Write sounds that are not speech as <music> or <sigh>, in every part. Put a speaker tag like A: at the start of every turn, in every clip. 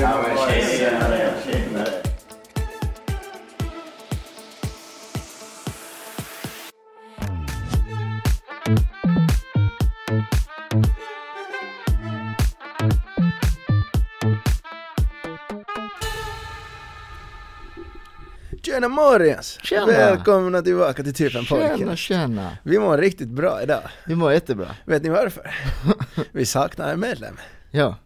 A: Ja, men tjenare, tjenare.
B: Tjena Morjens!
C: Tjena.
B: Välkomna tillbaka till typen
C: Tjena,
B: pojken.
C: tjena.
B: Vi mår riktigt bra idag.
C: Du mår jättebra.
B: Vet ni varför? Vi saknar en medlem.
C: Ja,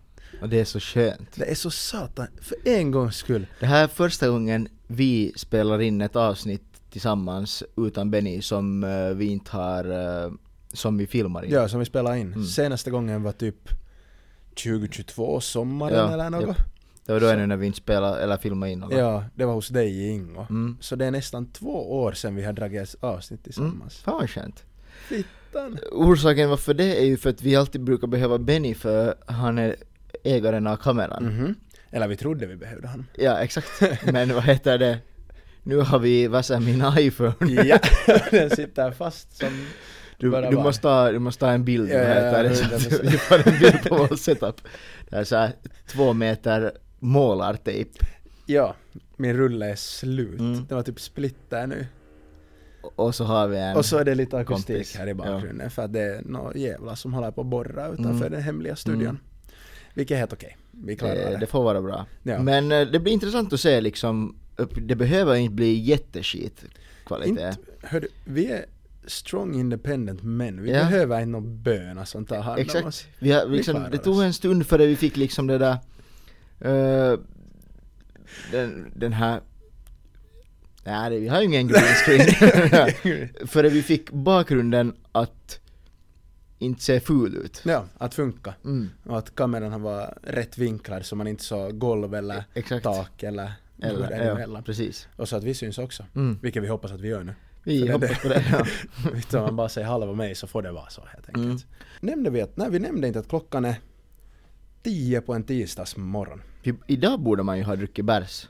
C: och det är så skönt.
B: Det är så satan, för en gångs skull.
C: Det här är första gången vi spelar in ett avsnitt tillsammans utan Benny som eh, vi inte har, eh, som vi filmar in.
B: Ja, som vi spelade in.
C: Mm.
B: Senaste gången var typ 2022, sommaren
C: Ja,
B: eller något.
C: Det var då ännu när vi inte spelade eller filmade in något.
B: Ja, det var hos dig i Ingo.
C: Mm.
B: Så det är nästan två år sedan vi har dragit ett avsnitt
C: Mm.
B: tillsammans.
C: Fan vad skönt.
B: Fittan!
C: Orsaken varför det är ju för att vi alltid brukar behöva Benny för han är ägaren av kameran.
B: Mhm. Eller vi trodde vi behövde
C: <laughs>
B: honom.
C: Ja, exakt. Men vad heter det? Nu har vi vässa min iPhone.
B: Ja, <laughs> den sitter fast som...
C: Du,
B: bara
C: du,
B: var.
C: måste ta, du måste ta en bild
B: Ja, ja,
C: här,
B: ja,
C: där det är så
B: 100%.
C: att <laughs> du- du får en bild på vår setup. Det är så här två meter målartejp.
B: Ja, min rulle är slut.
C: Mm.
B: Den var typ splitter nu.
C: Och så har vi en...
B: Och så är det lite akustik
C: kompis.
B: här i bakgrunden för att det är några jävlar som håller på att borra utanför
C: Mm.
B: den hemliga studion.
C: Mm.
B: Vilket är helt okej. Vi klarar
C: det,
B: det.
C: eh, det får vara bra.
B: Ja.
C: Men eh, det blir intressant att se liksom, upp- det behöver inte bli jätteskit kvalitet.
B: Inte- Hör du, vi är strong independent men vi
C: Ja.
B: behöver inte någon böna som tar hand om oss.
C: Exakt. Vi har,
B: Vi
C: liksom,
B: klarar
C: det tog
B: oss.
C: en stund före vi fick liksom det där... eh, den, den här... Nej, det- vi har ju
B: <laughs>
C: ingen green screen. Före vi fick bakgrunden att inte se ful ut.
B: ja, att funka.
C: Mm,
B: Och att kameran var rätt vinklad så man inte såg golv eller
C: exakt.
B: tak eller
C: Eller,
B: dörr
C: ja,
B: emellan.
C: precis.
B: Och så att vi syns också.
C: Mm.
B: Vilket vi hoppas att vi gör nu.
C: Vi
B: För det-
C: hoppas på det.
B: <laughs>
C: Ja.
B: Utan man bara säger halva mig så får det vara så helt enkelt.
C: Mm.
B: Nämnde vi att, nej vi nämnde inte att klockan är 10 på en tisdagsmorgon.
C: Vi- Idag borde man ju ha druckit bärs.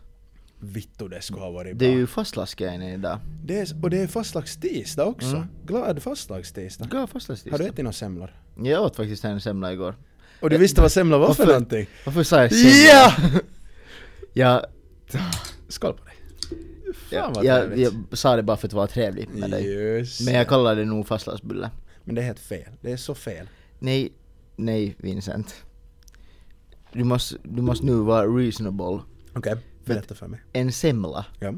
B: Vittu det skulle ha varit bra.
C: Det är ju fastlagsgrejen idag.
B: Det är- och det är fastlagstisdag också. Glad fastlagstisdag.
C: Mm. Glad fastlagstisdag.
B: Har du ätit några semlor?
C: Jag åt faktiskt en semla igår.
B: Och du visste vad semla var för
C: Eh, Varför?
B: någonting?
C: Varför sa jag semla? <laughs>
B: Ja!
C: Jag,
B: Skål på dig. Fan
C: jag,
B: vad
C: jag,
B: trevligt.
C: jag sa det bara för att vara trevlig med dig.
B: Just.
C: Men jag kallar det nog fastlagsbulle.
B: Men det är helt fel. Det är så fel.
C: Nej, nej Vincent. Du måste, du måste nu vara reasonable.
B: Okej, berätta för mig.
C: En semla
B: Ja.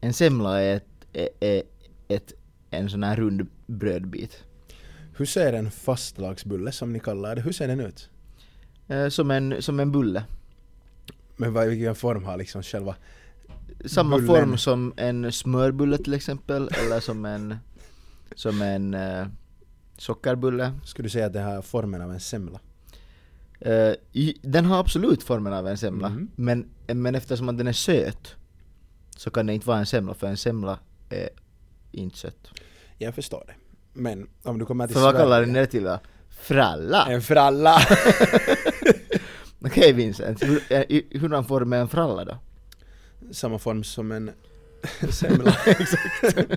C: En semla är, ett, är, är ett, en sån här rund brödbit.
B: Hur ser en fastlagsbulle som ni kallar det, hur ser den ut?
C: Eh, Som en, som en bulle.
B: Men vad, vilken form har liksom själva...
C: Samma
B: Bullen.
C: form som en smörbulle till exempel, eller som en, som en eh, sockerbulle.
B: Skulle du säga att den har formen av en semla?
C: Eh, i- den har absolut formen av en semla,
B: Mhm.
C: men, men eftersom att den är söt så kan det inte vara en semla, för en semla är inte sött.
B: Jag förstår det. Men om du kommer till
C: För vad
B: Sverige-
C: kallar den det till då? Fralla?
B: En fralla! <laughs>
C: Okej Vincent, hur, eh, i- hurdan form är en fralla då?
B: Samma form som en <laughs>
C: <laughs>
B: semla. Exakt.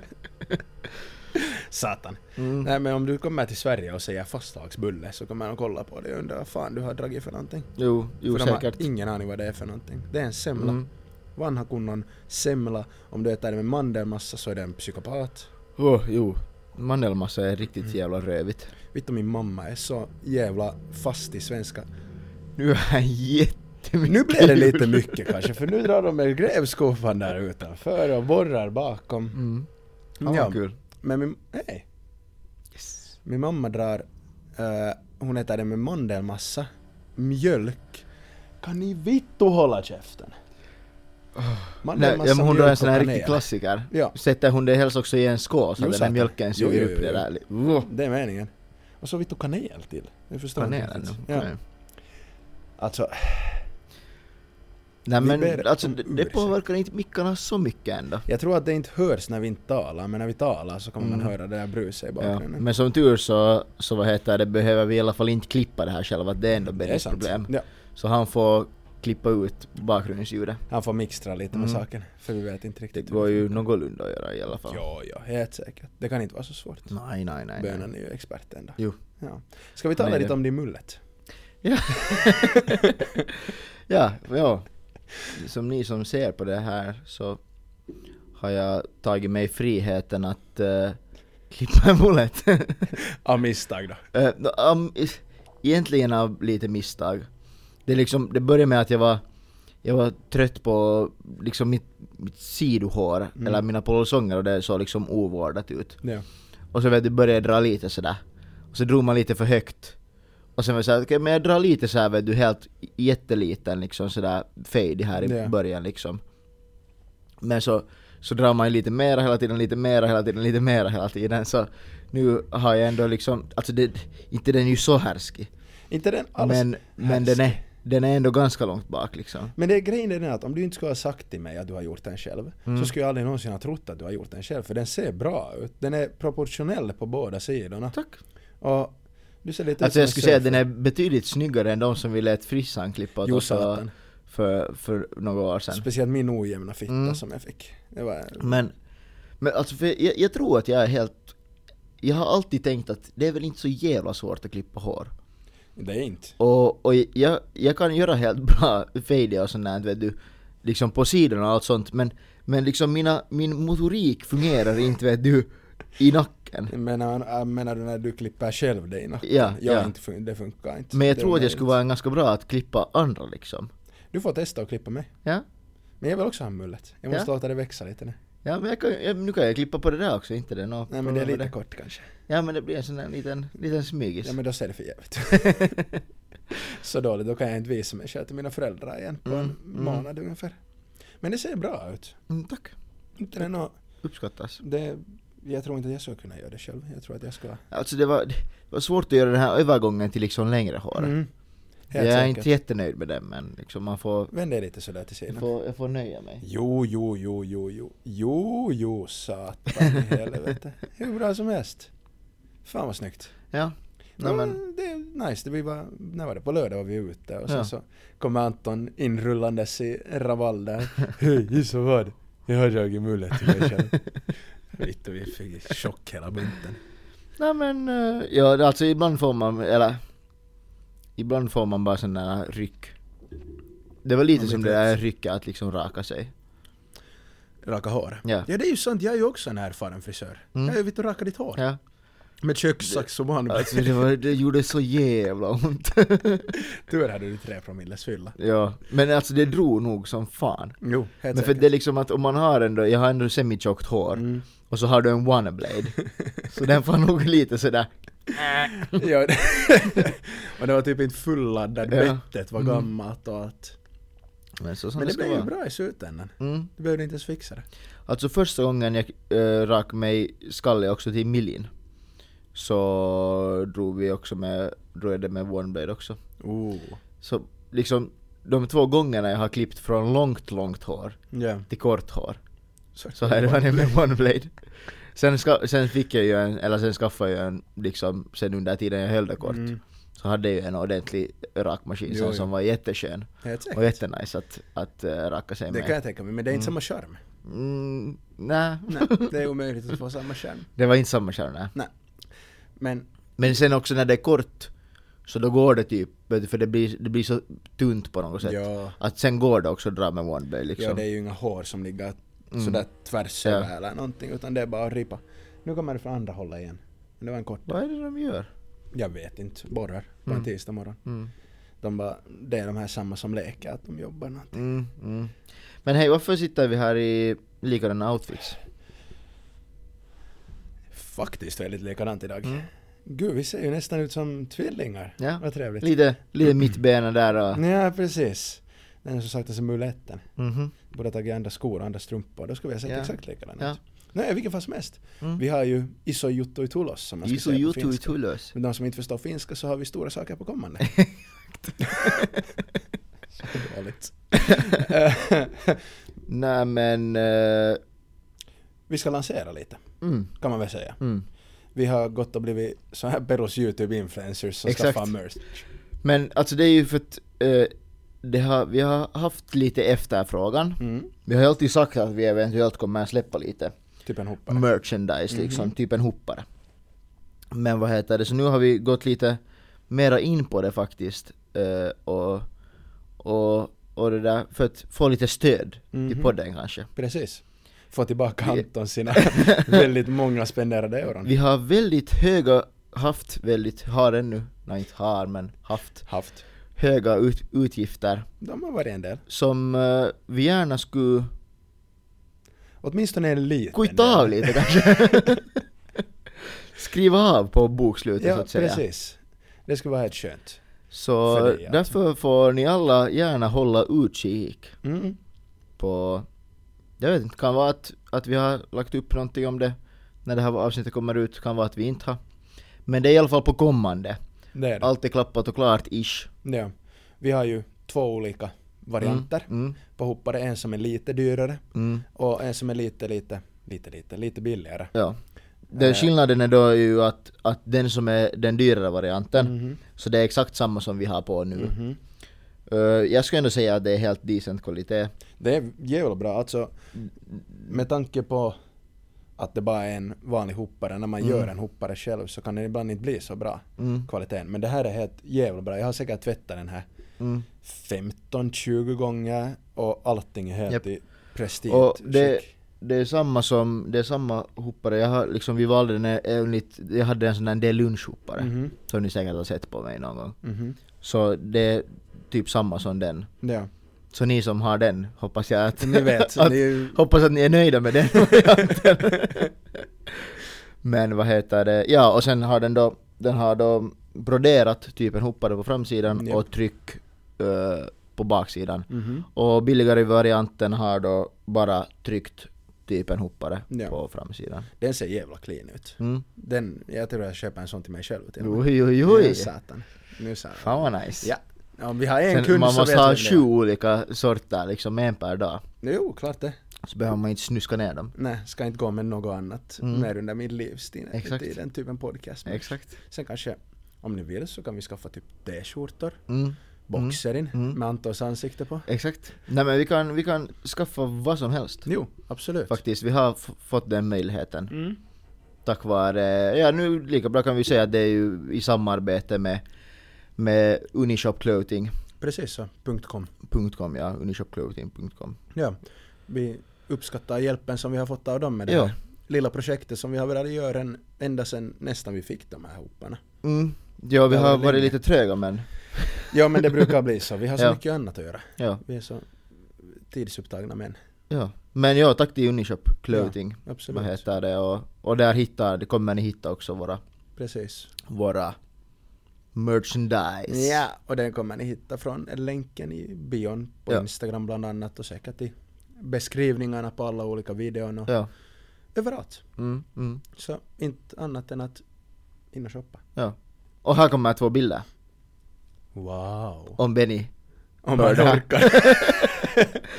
B: Satan.
C: Mm.
B: Nej men om du kommer till Sverige och säger fastlagsbulle så kommer de kolla på dig och undra vad fan du har dragit för någonting.
C: Jo, jo
B: för
C: säkert.
B: de har ingen aning vad det är för någonting. Det är en semla.
C: Mm.
B: Vanha kunnon semla. Om du äter den med mandelmassa så är det en psykopat.
C: Oh, jo. Mandelmassa är riktigt
B: Mm. <laughs>
C: jävla rövigt.
B: Vittu min mamma är så jävla fast i svenska.
C: Nu är han jättemycket
B: Nu blir det lite
C: jul.
B: mycket kanske för nu drar de med grävskopan där utanför och borrar bakom.
C: Mm. Ja,
B: Ja.
C: vad kul.
B: Men min, nej, Min mamma drar, eh, hon äter det med mandelmassa, mjölk. Kan ni vittu hålla käften?
C: Ah. Nej, ja, men hon drar en sån här
B: kanel.
C: riktig klassiker.
B: Ja.
C: Sätter hon det helst också i en skål så
B: Jo,
C: att den här
B: satan.
C: mjölken
B: Jo,
C: suger
B: jo,
C: upp
B: jo,
C: det
B: jo.
C: där. Wow.
B: Det är meningen. Och så vittu kanel till. Jag förstår
C: Panelen.
B: inte. riktigt.
C: Ja.
B: Ja. Alltså,
C: Nej
B: Vi
C: men
B: ber Mm,
C: alltså
B: om
C: det, det
B: ursäkt.
C: påverkar inte mickarna så mycket ändå.
B: jag tror att det inte hörs när vi inte talar, men när vi talar så kommer man
C: Mm.
B: höra det där bruset i
C: Ja.
B: bakgrunden.
C: Men som tur så, så vad heter det, behöver vi i alla fall inte klippa det här själva. att Det är ändå Bennys problem.
B: Ja.
C: Så han får klippa ut bakgrundsljudet.
B: Han får mixtra lite med
C: Mm.
B: saken, för vi vet inte
C: Det
B: riktigt.
C: går ju någorlunda att göra i alla fall.
B: Ja, ja, helt säkert. Det kan inte vara så svårt.
C: Nej, nej, nej. nej.
B: Bönan är ju expert ändå.
C: Jo.
B: Ja. Ska vi
C: Han
B: tala
C: är
B: lite
C: det.
B: om din mullet?
C: <laughs> Ja, ja. Som ni som ser på det här så har jag tagit mig friheten att eh, klippa en mullet.
B: Av misstag då.
C: <laughs> Eh, nå, am- eh, egentligen av lite misstag. Det, är liksom, det började med att jag var, jag var trött på liksom mitt, mitt sidohår,
B: Mm.
C: eller mina polisonger och det såg liksom ovårdat ut.
B: Ja.
C: Och så vet du, började jag dra lite sådär. Och så drog man lite för högt. Och sen var jag såhär, okej men jag drar lite såhär vet du, helt jätteliten liksom sådär fade här i
B: Ja.
C: början liksom. Men så, så drar man ju lite mera hela tiden, lite mera hela tiden, lite mera hela tiden. Så nu har jag ändå liksom, alltså det, inte den är ju så härskig.
B: Inte den alls.
C: men men den,
B: härskig.
C: är, den är ändå ganska långt bak liksom.
B: Men det är grejen är den att om du inte skulle ha sagt till mig att du har gjort den själv,
C: Mm.
B: så skulle jag aldrig någonsin ha trott att du har gjort den själv, för den ser bra ut. Den är proportionell på båda sidorna.
C: Tack.
B: Och du ser lite ut
C: Alltså
B: som en
C: jag skulle säga att
B: surfer.
C: den är betydligt snyggare än de som vi lät frissan klippa åt
B: Jo,
C: oss för,
B: satan.
C: för, för några år sedan.
B: Speciellt min ojämna fitta
C: Mm.
B: som jag fick. Det var...
C: Men, men alltså för jag, jag tror att jag är helt... Jag har alltid tänkt att det är väl inte så jävla svårt att klippa hår.
B: Det är inte.
C: Och, och jag, jag kan göra helt bra <laughs> fejder och sånt där, vet du. Liksom på sidorna och allt sånt men, men liksom mina, min motorik fungerar inte vet du, i nacken.
B: Menar, jag menar du när du klipper själv dig nacken?
C: Ja,
B: jag
C: ja.
B: Inte fun- det funkar inte.
C: Men jag
B: Det
C: tror att jag
B: omöjligt.
C: skulle vara ganska bra att klippa andra liksom.
B: Du får testa att klippa mig.
C: Ja,
B: Men jag vill också ha mullet. Jag måste
C: Ja.
B: låta det växa lite nu.
C: ja men jag kan, jag, nu kan jag klippa på det där också, inte det är något
B: Nej men det är
C: problem med
B: lite kort kanske.
C: Ja men det blir en sån där liten, liten smygis.
B: Ja men då ser det för jävligt
C: <laughs>
B: ut. Så dåligt, då kan jag inte visa mig själv till mina föräldrar igen på
C: Mm,
B: en
C: mm.
B: månad ungefär. Men det ser bra ut.
C: mm, tack,
B: Inte det nå-
C: uppskattas.
B: det, jag tror inte att jag skulle kunna göra det själv. Jag tror att jag ska...
C: Alltså det var, det var svårt att göra den här övergången till liksom längre hår.
B: Mm.
C: jag
B: Helt
C: är
B: säkert.
C: inte jättenöjd med den men liksom man får,
B: Vänd dig lite sådär till
C: jag
B: sidan.
C: får, jag får nöja mig.
B: Jo, jo, jo, jo, jo. Jo, jo, satan i helvete. Hur bra som helst. Fan vad snyggt.
C: Ja. Mm, Nej, men,
B: Det är nice. Det blir bara, när var det? På lördag var vi ute och sen
C: Ja.
B: så kommer Anton inrullandes i en ravalder. <laughs> Hej, gissa vad? Jag har dragit mullet till mig
C: <laughs>
B: själv. Vitt och vi fick chock hela bunten.
C: nej men, eh, ja alltså ibland får man, eller Ibland får man bara sån där ryck. Det var lite
B: Man
C: som
B: blir
C: det där rycket att liksom raka sig.
B: Raka hår.
C: Ja.
B: ja, det är ju sant. Jag är ju också en erfaren frisör.
C: Mm.
B: Jag har ju vitt och rakat ditt hår.
C: Ja.
B: Med kökssax och man.
C: Alltså det, var, det gjorde så jävla ont. <laughs>
B: Tur hade du tre promilles fylla.
C: ja. Men alltså det drog nog som fan.
B: Jo, helt
C: Men för det är liksom att om man har ändå, jag har ändå semitjockt hår
B: Mm.
C: och så har du en wannablade. så den får nog lite sådär, <laughs>
B: Ja, det- <laughs> och det var typ inte fulladdat,
C: Ja.
B: bettet var
C: Mm.
B: gammalt och att...
C: men så som
B: Men det
C: det ska
B: blev ju
C: vara.
B: bra i slutändan.
C: Mm.
B: Du behövde inte ens fixa det.
C: Alltså första gången jag äh, rak mig skallig också till miljin så drog vi också med, drog jag det med oneblade också.
B: Oh.
C: Så liksom de två gångerna jag har klippt från långt, långt hår
B: Ja. Mm.
C: till kort hår så har det varit med oneblade. Sen, ska, sen fick jag ju en, eller sen skaffade jag en liksom, sen under tiden jag höll det kort.
B: Mm.
C: så hade jag ju en ordentlig rakmaskin
B: Jo,
C: sen
B: jo.
C: som var jätteskön
B: Helt
C: och
B: säkert.
C: jättenice att, att eh, raka sig
B: Det kan
C: med.
B: jag tänka mig, men det är inte samma
C: <laughs>
B: charm.
C: Mm, nej,
B: Nej, det är omöjligt att få samma charm.
C: <laughs> det var inte samma charm nej.
B: Nej. Men,
C: Men sen också när det är kort så då går det typ, vet du, för det blir, det blir så tunt på något sätt.
B: ja,
C: Att sen går det också att dra med oneblade
B: ja,
C: liksom. Mm.
B: det är ju inga hår som ligger sådär tvärs
C: Ja.
B: över eller någonting, utan det är bara att ripa. Nu kommer det från andra hållet igen. Men det var en kort.
C: Vad är det de gör?
B: Jag vet inte, borrar på en
C: Mm.
B: tisdag morgon.
C: Mm.
B: De bara, det är de här samma som leker, att de jobbar någonting.
C: Mm, mm. Men hej, varför sitter vi här i likadana outfits?
B: faktiskt väldigt likadant idag. Mm. Gud, vi ser ju nästan ut som tvillingar.
C: Ja.
B: Vad trevligt.
C: Lite, lite mittbena där och...
B: ja, precis. Den är så sagt alltså muletten.
C: Mhm.
B: Borde ha tagit andra skor och andra strumpor. Då skulle vi ha sett
C: Ja.
B: exakt likadana
C: Ja.
B: ut. Nej, vilken fall som helst.
C: Mm.
B: Vi har ju isojuttu i tulos som man ska
C: Iso
B: säga på
C: Jutu i
B: finska.
C: Tullös.
B: Men de som inte förstår finska så har vi stora saker på
C: <laughs>
B: kommande. så <laughs> dåligt. Eh,
C: Nej men... eh,
B: vi ska lansera lite,
C: mm,
B: kan man väl säga.
C: mm.
B: Vi har gått och blivit så här Perus YouTube-influencers som
C: Exakt.
B: skaffar merch.
C: Men alltså det är ju för att eh, det har, vi har haft lite efterfrågan.
B: Mm.
C: Vi har ju alltid sagt att vi eventuellt kommer att släppa lite
B: Typ en hoppare.
C: merchandise liksom, typ en hoppare. Men vad heter det, så nu har vi gått lite mera in på det faktiskt. eh, och, och, och det där, för att få lite stöd
B: Mhm.
C: till podden kanske.
B: Precis. Få tillbaka
C: Vi-
B: Anton
C: <laughs>
B: sina väldigt många spenderade euron.
C: Vi har väldigt höga, haft väldigt, har ännu, nej inte har men haft
B: Haft.
C: höga ut, utgifter
B: De har varit en del.
C: som eh, vi gärna skulle
B: Åtminstone en liten
C: Skjuta av
B: del.
C: lite kanske. eh, <laughs> Skriva av på bokslutet så
B: Ja,
C: att säga.
B: precis. Det skulle vara helt skönt.
C: Så
B: För dig, ja.
C: därför får ni alla gärna hålla utkik
B: Mm.
C: på... Jag vet inte, kan vara att, att vi har lagt upp någonting om det när det här avsnittet kommer ut, kan vara att vi inte har. Men det är i alla fall på kommande.
B: Det är det.
C: Allt är klappat och klart-ish.
B: Ja. Vi har ju två olika varianter
C: Mm,
B: på hoppare. En som är lite dyrare
C: mm,
B: och en som är lite, lite, lite, lite, lite billigare.
C: ja.
B: Eh.
C: Den skillnaden är då ju att, att den som är den dyrare varianten,
B: Mhm.
C: så det är exakt samma som vi har på nu.
B: Mhm.
C: Eh, jag skulle ändå säga att det är helt decent kvalitet.
B: Det är jävligt bra. Alltså,
C: Mm.
B: med tanke på att det bara är en vanlig hoppare, när man gör en hoppare själv så kan det ibland inte bli så bra
C: Mm.
B: kvaliteten. Men det här är helt jävligt bra. Jag har säkert tvättat den här
C: Mm.
B: 15-20 gånger och allting är helt
C: Japp.
B: i prestige.
C: Och det, det är samma som, det är samma hoppare, jag har liksom, vi valde den här, enligt, jag hade en sån där delunchhoppare
B: Mhm.
C: som ni säkert har sett på mig någon gång.
B: Mhm.
C: Så det är typ samma som den.
B: Ja.
C: Så ni som har den, hoppas jag att
B: Ni <laughs> vet,
C: <laughs> att,
B: ni-
C: Hoppas att ni är nöjda med den varianten. <laughs> Men vad heter det, ja och sen har den då, den har då broderat typ en hoppare på framsidan
B: Japp.
C: och tryck eh, på baksidan.
B: Mhm.
C: Och billigare varianten har då bara tryckt typ en hoppare
B: Ja.
C: på framsidan.
B: Den ser jävla clean ut.
C: Mm.
B: Den, jag tror jag köper en sån till mig själv till och med.
C: Oj, oj, oj.
B: Nu satan. Nu satan.
C: Fan vad nice.
B: Ja. Om vi har en
C: Sen,
B: kund
C: man
B: så vet
C: måste ha
B: vem det är.
C: sju olika sorter, liksom en per dag.
B: Jo, klart det.
C: Så behöver man inte snuska ner dem.
B: Nej, ska inte gå med något annat
C: Mm.
B: mer under min livstid.
C: Exakt.
B: I den typen podcast. Men
C: Exakt.
B: Sen kanske, om ni vill så kan vi skaffa typ t-skjortor,
C: Mm.
B: boxerin
C: Mm. Mm.
B: med Antons ansikte på.
C: Exakt. Nej men vi kan, vi kan skaffa vad som helst.
B: Jo, absolut.
C: Faktiskt, vi har f- fått den möjligheten.
B: Mm.
C: Tack vare, ja nu lika bra kan vi säga att det är ju i samarbete med, med unishopclothing.com
B: Precis så, punkt .com.
C: ja, unishopclothing.com.
B: Ja. Vi uppskattar hjälpen som vi har fått av dem med det
C: Ja.
B: här lilla projektet som vi har velat göra en- ända sedan nästan vi fick de här hopparna.
C: Mm. Ja, vi
B: Det var
C: har
B: länge.
C: varit lite tröga men...
B: Ja men det brukar bli så, vi har så
C: Ja.
B: mycket annat att göra.
C: Ja,
B: Vi är så tidsupptagna män.
C: ja. Men ja, tack till Unishop Clothing.
B: Absolut,
C: vad heter det? Och, och där hittar, det kommer ni hitta också våra,
B: precis.
C: våra merchandise.
B: Ja, och den kommer ni hitta från länken i bion på
C: Ja.
B: Instagram bland annat och säkert i beskrivningarna på alla olika videon och
C: Ja.
B: överallt.
C: Mm, mm,
B: Så inte annat än att in och shoppa.
C: ja. Och här kommer två bilder.
B: Wow!
C: Om Benny,
B: Om
C: Hör
B: man
C: det här.
B: orkar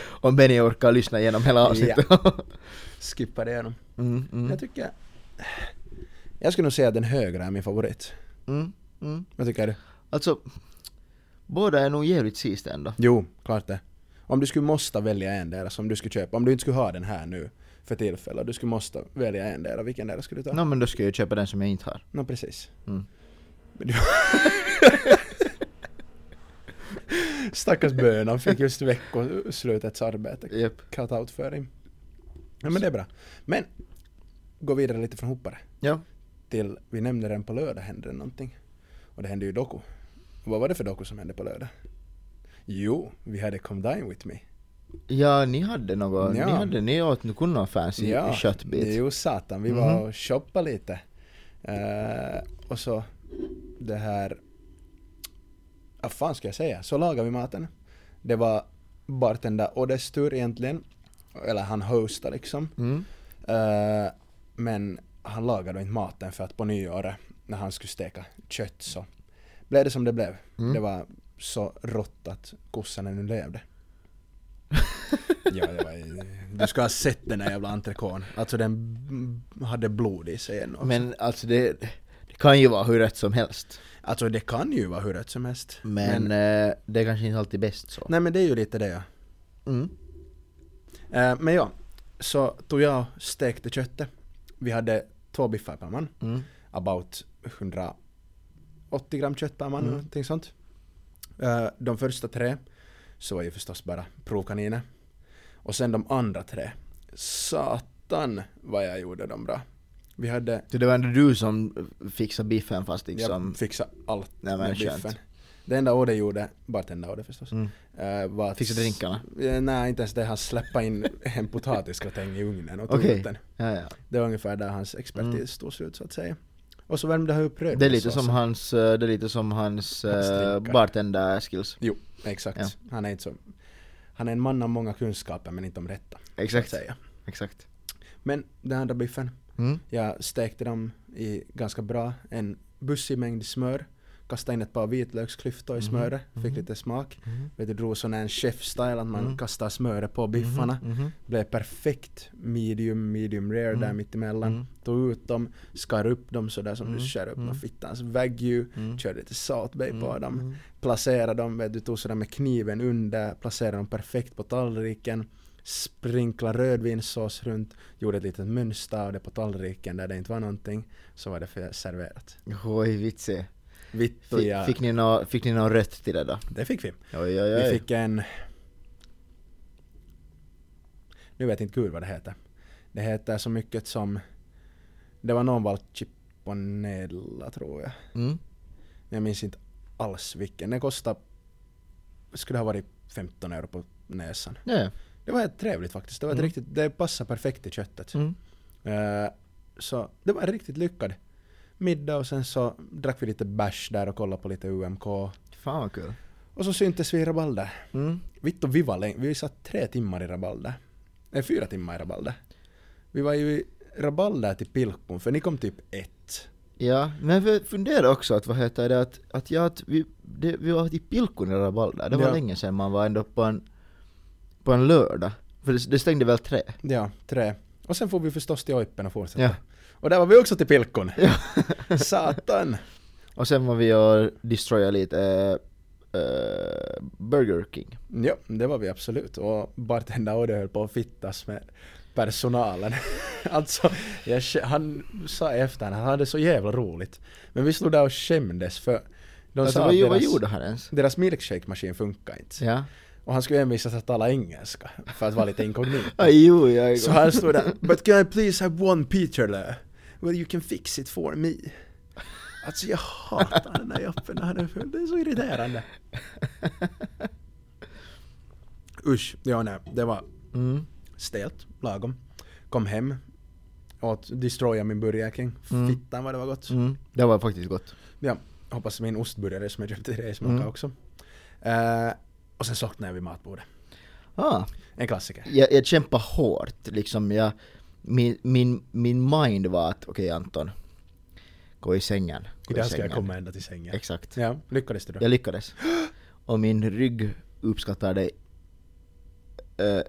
C: om Benny orkar lyssna igenom hela avsnittet. <laughs>
B: skippa det igenom.
C: mm, mm,
B: Jag tycker... Jag skulle nog säga att den högra är min favorit.
C: mm, mm.
B: Vad tycker du?
C: Alltså, båda är nog jävligt sist ändå.
B: Jo, klart det. Om du skulle måste välja en där som du skulle köpa, om du inte skulle ha den här nu för tillfället, du skulle måste välja en där, vilken där skulle du ta?
C: Nå men då ska jag ju köpa den som jag inte har.
B: Nå, precis.
C: Mm.
B: Men du- <laughs> Stackars bönan fick just veckoslutets arbete.
C: Japp.
B: Cut out för dig. Ja men det är bra. Men, gå vidare lite från hoppare.
C: Ja.
B: Till, vi nämnde den på lördag hände det någonting. Och det hände ju doku. Och vad var det för doku som hände på lördag? Jo, vi hade Come Dine With Me.
C: Ja, ni hade något,
B: Ja.
C: ni hade, ni åt nog kunna fancy köttbit.
B: Jo satan, vi var
C: Mhm.
B: och shoppade lite. Eh, och så det här... Vad fan ska jag säga? Så lagade vi maten. Det var bartender Oddes tur egentligen. Eller han hostade liksom.
C: Mm.
B: Eh, men han lagade då inte maten för att på nyåret när han skulle steka kött så blev det som det blev.
C: Mm.
B: Det var så rått att kossarna nu
C: <laughs>
B: levde. ja, det var, du ska ha sett den där jävla entrecôten. Alltså den hade blod i sig ännu också.
C: Men alltså det, det kan ju vara hur rätt som helst.
B: Alltså det kan ju vara hur rätt som helst.
C: Men, eh, det är kanske inte alltid bäst så.
B: Nej men det är ju lite det ja.
C: Mm.
B: Eh, men ja, så tog jag och stekte köttet. Vi hade två biffar per man.
C: Mm.
B: about 180 gram kött per man
C: Mm.
B: eller någonting sånt. Eh, De första tre så var ju förstås bara provkaniner. Och sen de andra tre, satan vad jag gjorde dem bra. Vi hade,
C: Så det var ändå du som fixade biffen fast liksom...
B: jag fixade allt
C: Nej, men
B: med
C: skönt.
B: biffen. Det enda Ode gjorde, bartender Ode förstås,
C: Mm.
B: eh, var att...
C: Fixade drinkarna?
B: Eh, Nej, inte ens det. Han släppte in <laughs> en potatisgratäng i ugnen och tog
C: Okej.
B: ut den.
C: Ja, ja.
B: Det var ungefär där hans expertis
C: Mm.
B: stod slut så att säga. Och så värmde han upp röd
C: Det är lite som hans, eh, det är lite som hans
B: Hans
C: uh,
B: drinkar.
C: bartender skills.
B: Jo, exakt.
C: Ja.
B: Han är inte så... Han är en man av många kunskaper men inte om rätta.
C: Exakt,
B: Säger. jag.
C: exakt.
B: Men den andra biffen,
C: Mm.
B: jag stekte dem i ganska bra, en bussig mängd smör, kastade in ett par vitlöksklyftor i
C: Mhm,
B: smöret, fick
C: mhm.
B: lite smak. Vet du, drog sån här chef-style att man
C: Mm.
B: kastar smöret på biffarna.
C: Mhm.
B: Blev perfekt medium, medium rare där
C: Mm.
B: mittemellan.
C: Mm.
B: Tog ut dem, skar upp dem sådär som
C: Mm,
B: du skär upp
C: mm.
B: mm. fittans wagyu.
C: Mm.
B: Körde lite salt bay
C: Mm,
B: på dem.
C: mm.
B: placera dem, vet du tog sådär med kniven under, placera dem perfekt på tallriken, sprinkla rödvinssås runt, gjorde ett litet mönster av det på tallriken där det inte var någonting, så var det för serverat.
C: Mm-hmm. Oj, vitsig.
B: Vitt och
C: Fick,
B: jag,
C: fick ni något fick ni nå rött till det då?
B: det fick vi.
C: Oj, oj,
B: Vi
C: oj.
B: fick en... Nu vet inte gud vad det heter. Det heter så mycket som... Det var någon valchiponella tror jag.
C: Mm.
B: Men Jag minns inte alls vilken. Den kostade... Skulle ha varit 15 euro på näsan.
C: Ja, ja.
B: Det var helt trevligt faktiskt. Det, var ett
C: Mm.
B: riktigt, det passar perfekt i köttet.
C: Mm.
B: Eh, så det var en riktigt lyckad middag och sen så drack vi lite bärs där och kollade på lite UMK.
C: Fan vad kul.
B: Och så syntes vi i Rabalder.
C: Mm.
B: Vitt och vi var länge. Vi satt tre timmar i Rabalder. Nej, fyra timmar i Rabalder. Vi var ju i Rabalder till Pilkon för ni kom typ ett.
C: Ja, men jag funderar också att vad heter det att, att jag att vi, det, vi var i Pilkon i Rabalder, det var
B: Ja.
C: länge sedan man var ändå på en, på en lördag. För det, det stängde väl tre?
B: Ja, tre. Och sen får vi förstås till Oipen och fortsätta.
C: Ja.
B: Och där var vi också till Pilkon. Satan!
C: Och sen var vi och destroyade lite eh, eh, Burger King.
B: Ja, det var vi absolut. Och bartender Odde höll på att fittas med personalen. <laughs> alltså, jag, kä- han sa efter att han hade så jävla roligt. Men vi stod där och skämdes för de
C: Alltså
B: sa
C: vad,
B: att
C: gjo- vad
B: deras,
C: gjorde han ens?
B: deras milkshake-maskin funkar inte.
C: Ja.
B: Och han skulle envisas att tala engelska för att vara lite inkognito.
C: Aj, jo, ja,
B: så han stod
C: <laughs>
B: där ”But can I please have one Peter Lö? Well you can fix it for me”. Alltså jag hatar den där jappen när han är full. Det är så
C: <laughs>
B: irriterande. Usch, ja nej, det var
C: Mm.
B: stelt, lagom. Kom hem, åt destroya min Burger King.
C: Mm.
B: Fittan vad det var gott.
C: Mm. Det var faktiskt gott.
B: Ja, hoppas min ostburgare som jag köpte till dig smakade
C: Mm.
B: också. Eh, och sen saknade jag vid matbordet.
C: Ah.
B: En klassiker.
C: jag, jag kämpade hårt liksom. Jag, min, min, min mind var att okej Anton, gå i sängen. Gå
B: Idag ska jag komma ända till sängen.
C: Exakt.
B: Ja, lyckades du då?
C: Jag lyckades. Och min rygg uppskattar dig eh,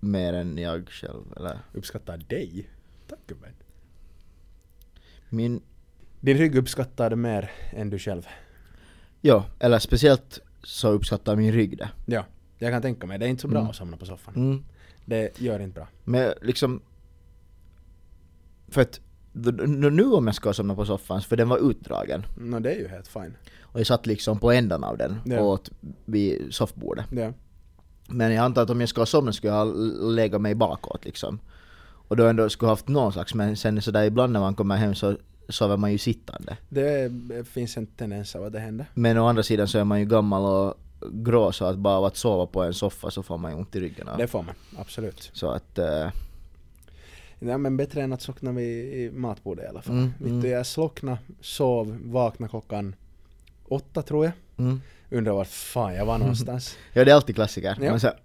C: mer än jag själv. Eller?
B: Uppskattar dig? Tack gubben.
C: Min,
B: Din rygg uppskattade mer än du själv.
C: ja, eller speciellt så uppskattar min rygg det.
B: Ja, jag kan tänka mig. Det är inte så bra
C: Mm.
B: att somna på soffan.
C: Mm.
B: Det gör inte bra.
C: Men liksom... För att d- d- nu om jag ska somna på soffan, för den var utdragen.
B: Nå det är ju helt fine.
C: Och jag satt liksom på ändan av den
B: Ja.
C: och åt vid soffbordet.
B: Ja.
C: Men jag antar att om jag skulle ha somnat skulle jag lägga mig bakåt liksom. Och då ändå skulle jag haft någon slags, men sen sådär ibland när man kommer hem så sover man ju sittande.
B: Det eh, finns en tendens av att det händer.
C: Men å andra sidan så är man ju gammal och grå så att bara av att sova på en soffa så får man ju ont i ryggen av.
B: Det får man, absolut.
C: Så att... eh,
B: Ja, men bättre än att slockna vid i matbordet i alla fall.
C: Mm,
B: Vittu,
C: mm.
B: jag slockna, sov, vakna klockan åtta tror jag.
C: mm.
B: Undrar vart fan <laughs> jag var någonstans.
C: Ja det är alltid klassiker.
B: Ja.
C: Man säger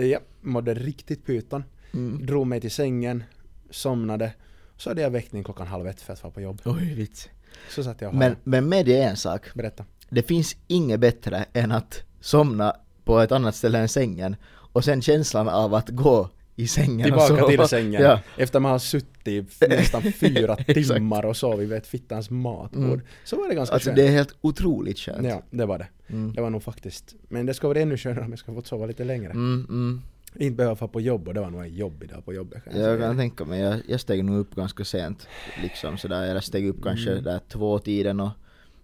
C: uh,
B: ja, mådde riktigt pyton.
C: mm.
B: Drog mig till sängen, somnade. Så hade jag väckning klockan halv ett för att vara på jobb.
C: Oj vits.
B: Så satt jag och
C: Men,
B: hade-
C: men med det är en sak.
B: Berätta.
C: Det finns inget bättre än att somna på ett annat ställe än sängen och sen känslan av att gå i sängen och
B: Tillbaka
C: sova.
B: till sängen.
C: Ja.
B: Efter man har suttit i
C: <laughs>
B: nästan fyra
C: Exakt.
B: timmar och sovit vid ett fittans matbord.
C: Mm.
B: Så var det ganska
C: Alltså
B: skönt.
C: det är helt otroligt skönt.
B: Ja, det var det.
C: Mm.
B: Det var nog faktiskt. Men det ska vara ännu skönare om jag ska få sova lite längre.
C: Mm, mm.
B: Inte behöva få på jobb och det var nog en jobbig dag på jobbet. kan jag
C: Jag
B: säga.
C: kan tänka mig, jag, jag steg nog upp ganska sent. Liksom sådär, jag steg upp kanske
B: Mm.
C: där två tiden och